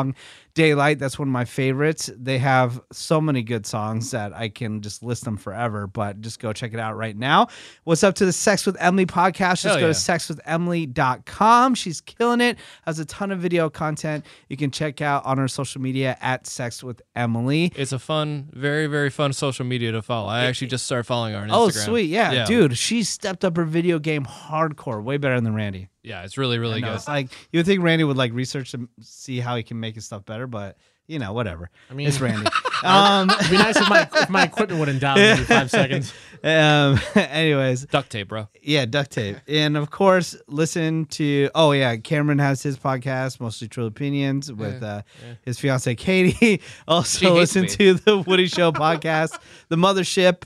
Speaker 1: Daylight, that's one of my favorites. They have so many good songs that I can just list them forever, but just go check it out right now. What's up to the Sex with Emily podcast? Just
Speaker 2: Hell
Speaker 1: go
Speaker 2: yeah.
Speaker 1: to sexwithemily.com. She's killing it. Has a ton of video content you can check out on her social media at Sex with Emily.
Speaker 2: It's a fun, very, very fun social media to follow. I actually just started following her on Instagram.
Speaker 1: Oh, sweet. Yeah, dude, she stepped up her video game hardcore, way better than Randy.
Speaker 2: Yeah, it's really, really
Speaker 1: No,
Speaker 2: good.
Speaker 1: it's like you would think Randy would like research and see how he can make his stuff better, but you know, whatever. I mean,
Speaker 4: mean-
Speaker 1: it's Randy. um, <laughs>
Speaker 4: It'd be nice if my, if my equipment wouldn't die in five seconds.
Speaker 1: um, <laughs> anyways,
Speaker 2: Duct tape, bro.
Speaker 1: yeah,
Speaker 2: <laughs>
Speaker 1: duct tape. And of course, listen to oh yeah, Cameron has his podcast, mostly True Opinions, with uh, his fiance Katie. <laughs>
Speaker 2: She
Speaker 1: Also
Speaker 2: hates
Speaker 1: listen
Speaker 2: me.
Speaker 1: to the Woody
Speaker 2: <laughs>
Speaker 1: Show podcast, The Mothership.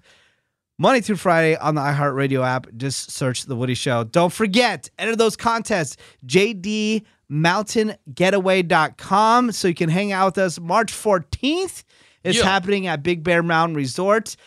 Speaker 1: Monday through Friday on the iHeartRadio app. Just search The Woody Show. Don't forget, enter those contests, jdmountaingetaway.com, so you can hang out with us March 14th. It's
Speaker 2: Yeah.
Speaker 1: happening at Big Bear Mountain Resort.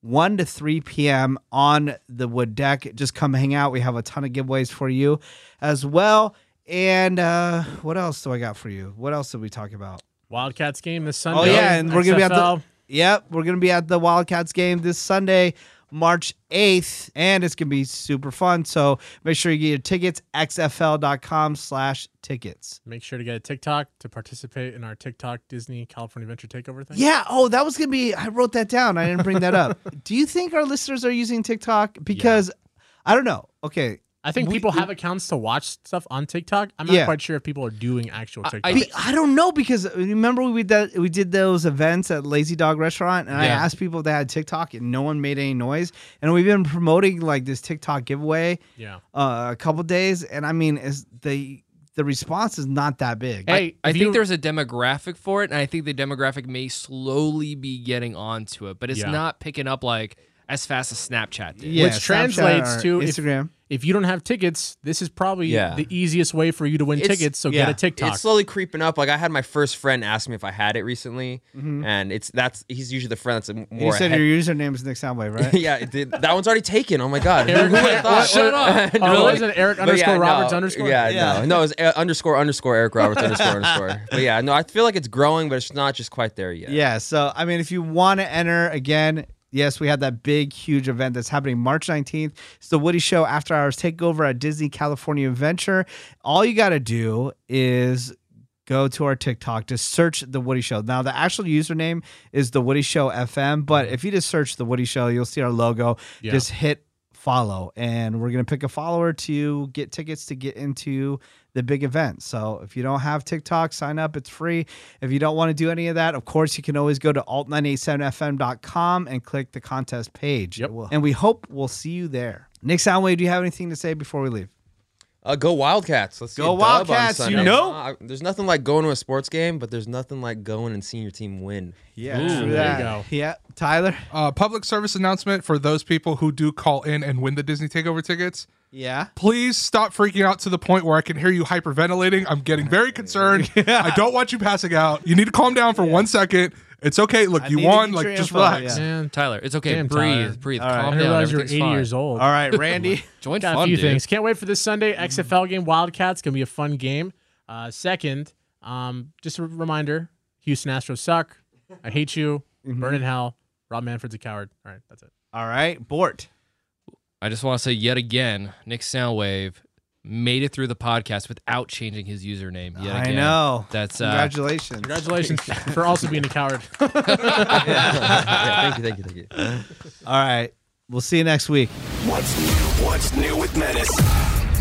Speaker 1: 1 to 3 p.m. on the wood deck. Just come hang out. We have a ton of giveaways for you as well. And uh, what else do I got for you? What else did we talk about?
Speaker 4: Wildcats game this Sunday.
Speaker 1: Oh yeah, and we're gonna be at
Speaker 4: XFL.
Speaker 1: the Yep, we're gonna be at the Wildcats game this Sunday, March eighth, and it's gonna be super fun. So make sure you get your tickets, xfl.com slash tickets.
Speaker 4: Make sure to get a TikTok to participate in our TikTok Disney California Adventure Takeover thing.
Speaker 1: Yeah, oh, that was gonna be I wrote that down. I didn't bring that up. Do you think our listeners are using TikTok? Because I don't know. Okay.
Speaker 4: I think people have accounts to watch stuff on TikTok. I'm not
Speaker 1: Yeah.
Speaker 4: quite sure if people are doing actual TikTok.
Speaker 1: Be- I don't know because uh, remember we did that we did those events at Lazy Dog Restaurant and I
Speaker 2: Yeah.
Speaker 1: asked people if they had TikTok and no one made any noise and we've been promoting like this TikTok giveaway
Speaker 4: yeah.
Speaker 1: uh, a couple days, and I mean, is the the response is not that big.
Speaker 4: Hey,
Speaker 2: I
Speaker 4: if
Speaker 2: think
Speaker 4: you-
Speaker 2: there's a demographic for it, and I think the demographic may slowly be getting onto it, but it's
Speaker 4: Yeah.
Speaker 2: not picking up like as fast as Snapchat did.
Speaker 1: Yeah,
Speaker 4: which
Speaker 1: Snapchat
Speaker 4: translates
Speaker 1: or
Speaker 4: to if-
Speaker 1: Instagram.
Speaker 4: If you don't have tickets, this is probably
Speaker 3: Yeah.
Speaker 4: the easiest way for you to win
Speaker 3: It's-
Speaker 4: tickets. So
Speaker 1: yeah.
Speaker 4: get a TikTok. Oh,
Speaker 3: It's <laughs> slowly creeping up. Like I had my first friend ask me if I had it recently, and it's that's he's usually the friend that's m-
Speaker 1: you
Speaker 3: more.
Speaker 1: said
Speaker 3: ahead.
Speaker 1: your username is Nick Soundwave,
Speaker 4: <laughs>
Speaker 1: right?
Speaker 3: <laughs> yeah, it did. that one's already taken. Oh my god, who would have thought?
Speaker 2: Shut
Speaker 3: <laughs>
Speaker 2: up.
Speaker 4: oh,
Speaker 2: Really?
Speaker 4: was it Eric
Speaker 3: But
Speaker 4: underscore
Speaker 3: yeah,
Speaker 4: Roberts
Speaker 3: no,
Speaker 4: underscore?
Speaker 3: Yeah,
Speaker 1: Yeah.
Speaker 3: no, no, it's uh, underscore underscore Eric Roberts underscore underscore. But yeah, no, I feel like it's growing, but it's not just quite there yet.
Speaker 1: Yeah. So I mean, if you want to enter again, yes, we had that big, huge event that's happening March 19th. It's the Woody Show After Hours Takeover at Disney California Adventure. All you got to do is go to our TikTok to search the Woody Show. Now the actual username is the Woody Show FM, but if you just search the Woody Show, you'll see our logo.
Speaker 4: Mm-hmm. Yeah.
Speaker 1: Just hit follow and we're going to pick a follower to get tickets to get into the big event. So if you don't have TikTok, sign up. It's free. If you don't want to do any of that, of course, you can always go to alt987fm.com and click the contest page.
Speaker 4: Yep.
Speaker 1: And we hope we'll see you there. Nick Soundwave, do you have anything to say before we leave?
Speaker 3: Uh, go Wildcats. Let's see
Speaker 1: Go
Speaker 3: a dub
Speaker 1: Wildcats,
Speaker 3: on
Speaker 1: you
Speaker 3: Sunday.
Speaker 1: know?
Speaker 3: Uh, there's nothing like going to a sports game, but there's nothing like going and seeing your team win.
Speaker 1: Yeah,
Speaker 4: Ooh, there you go.
Speaker 1: Yeah, Tyler.
Speaker 5: Uh, public service announcement for those people who do call in and win the Disney Takeover tickets.
Speaker 1: Yeah.
Speaker 5: Please stop freaking out to the point where I can hear you hyperventilating. I'm
Speaker 1: <laughs>
Speaker 5: getting very concerned. I don't want you passing out. You need to calm down for one second. It's okay. Look, you
Speaker 1: need to
Speaker 5: won.
Speaker 1: get
Speaker 5: Like,
Speaker 1: your
Speaker 5: just
Speaker 1: info,
Speaker 5: relax.
Speaker 1: yeah.
Speaker 4: Man,
Speaker 2: Tyler, it's okay.
Speaker 4: Damn,
Speaker 2: breathe,
Speaker 4: Tyler.
Speaker 2: breathe.
Speaker 1: All right.
Speaker 4: I
Speaker 2: Calm
Speaker 4: didn't
Speaker 2: down.
Speaker 4: realize you're
Speaker 2: Everything's
Speaker 4: 80
Speaker 2: fine.
Speaker 4: years old.
Speaker 1: All right, <laughs> Randy.
Speaker 2: Join
Speaker 4: Got
Speaker 2: fun,
Speaker 4: a few
Speaker 2: dude.
Speaker 4: things. Can't wait for this Sunday XFL game. Wildcats gonna be a fun game. Uh, second, um, just a reminder: Houston Astros suck. I hate you. Burn in hell. Rob Manfred's a coward. All right, that's it.
Speaker 1: All right, Bort.
Speaker 2: I just want to say yet again, Nick Soundwave made it through the podcast without changing his username. Yet
Speaker 1: I
Speaker 2: again.
Speaker 1: know.
Speaker 2: That's uh,
Speaker 1: Congratulations.
Speaker 4: Congratulations for also being a coward.
Speaker 3: <laughs> Yeah, thank you, thank you, thank you.
Speaker 1: All right. We'll see you next week.
Speaker 7: What's new? What's new with Menace?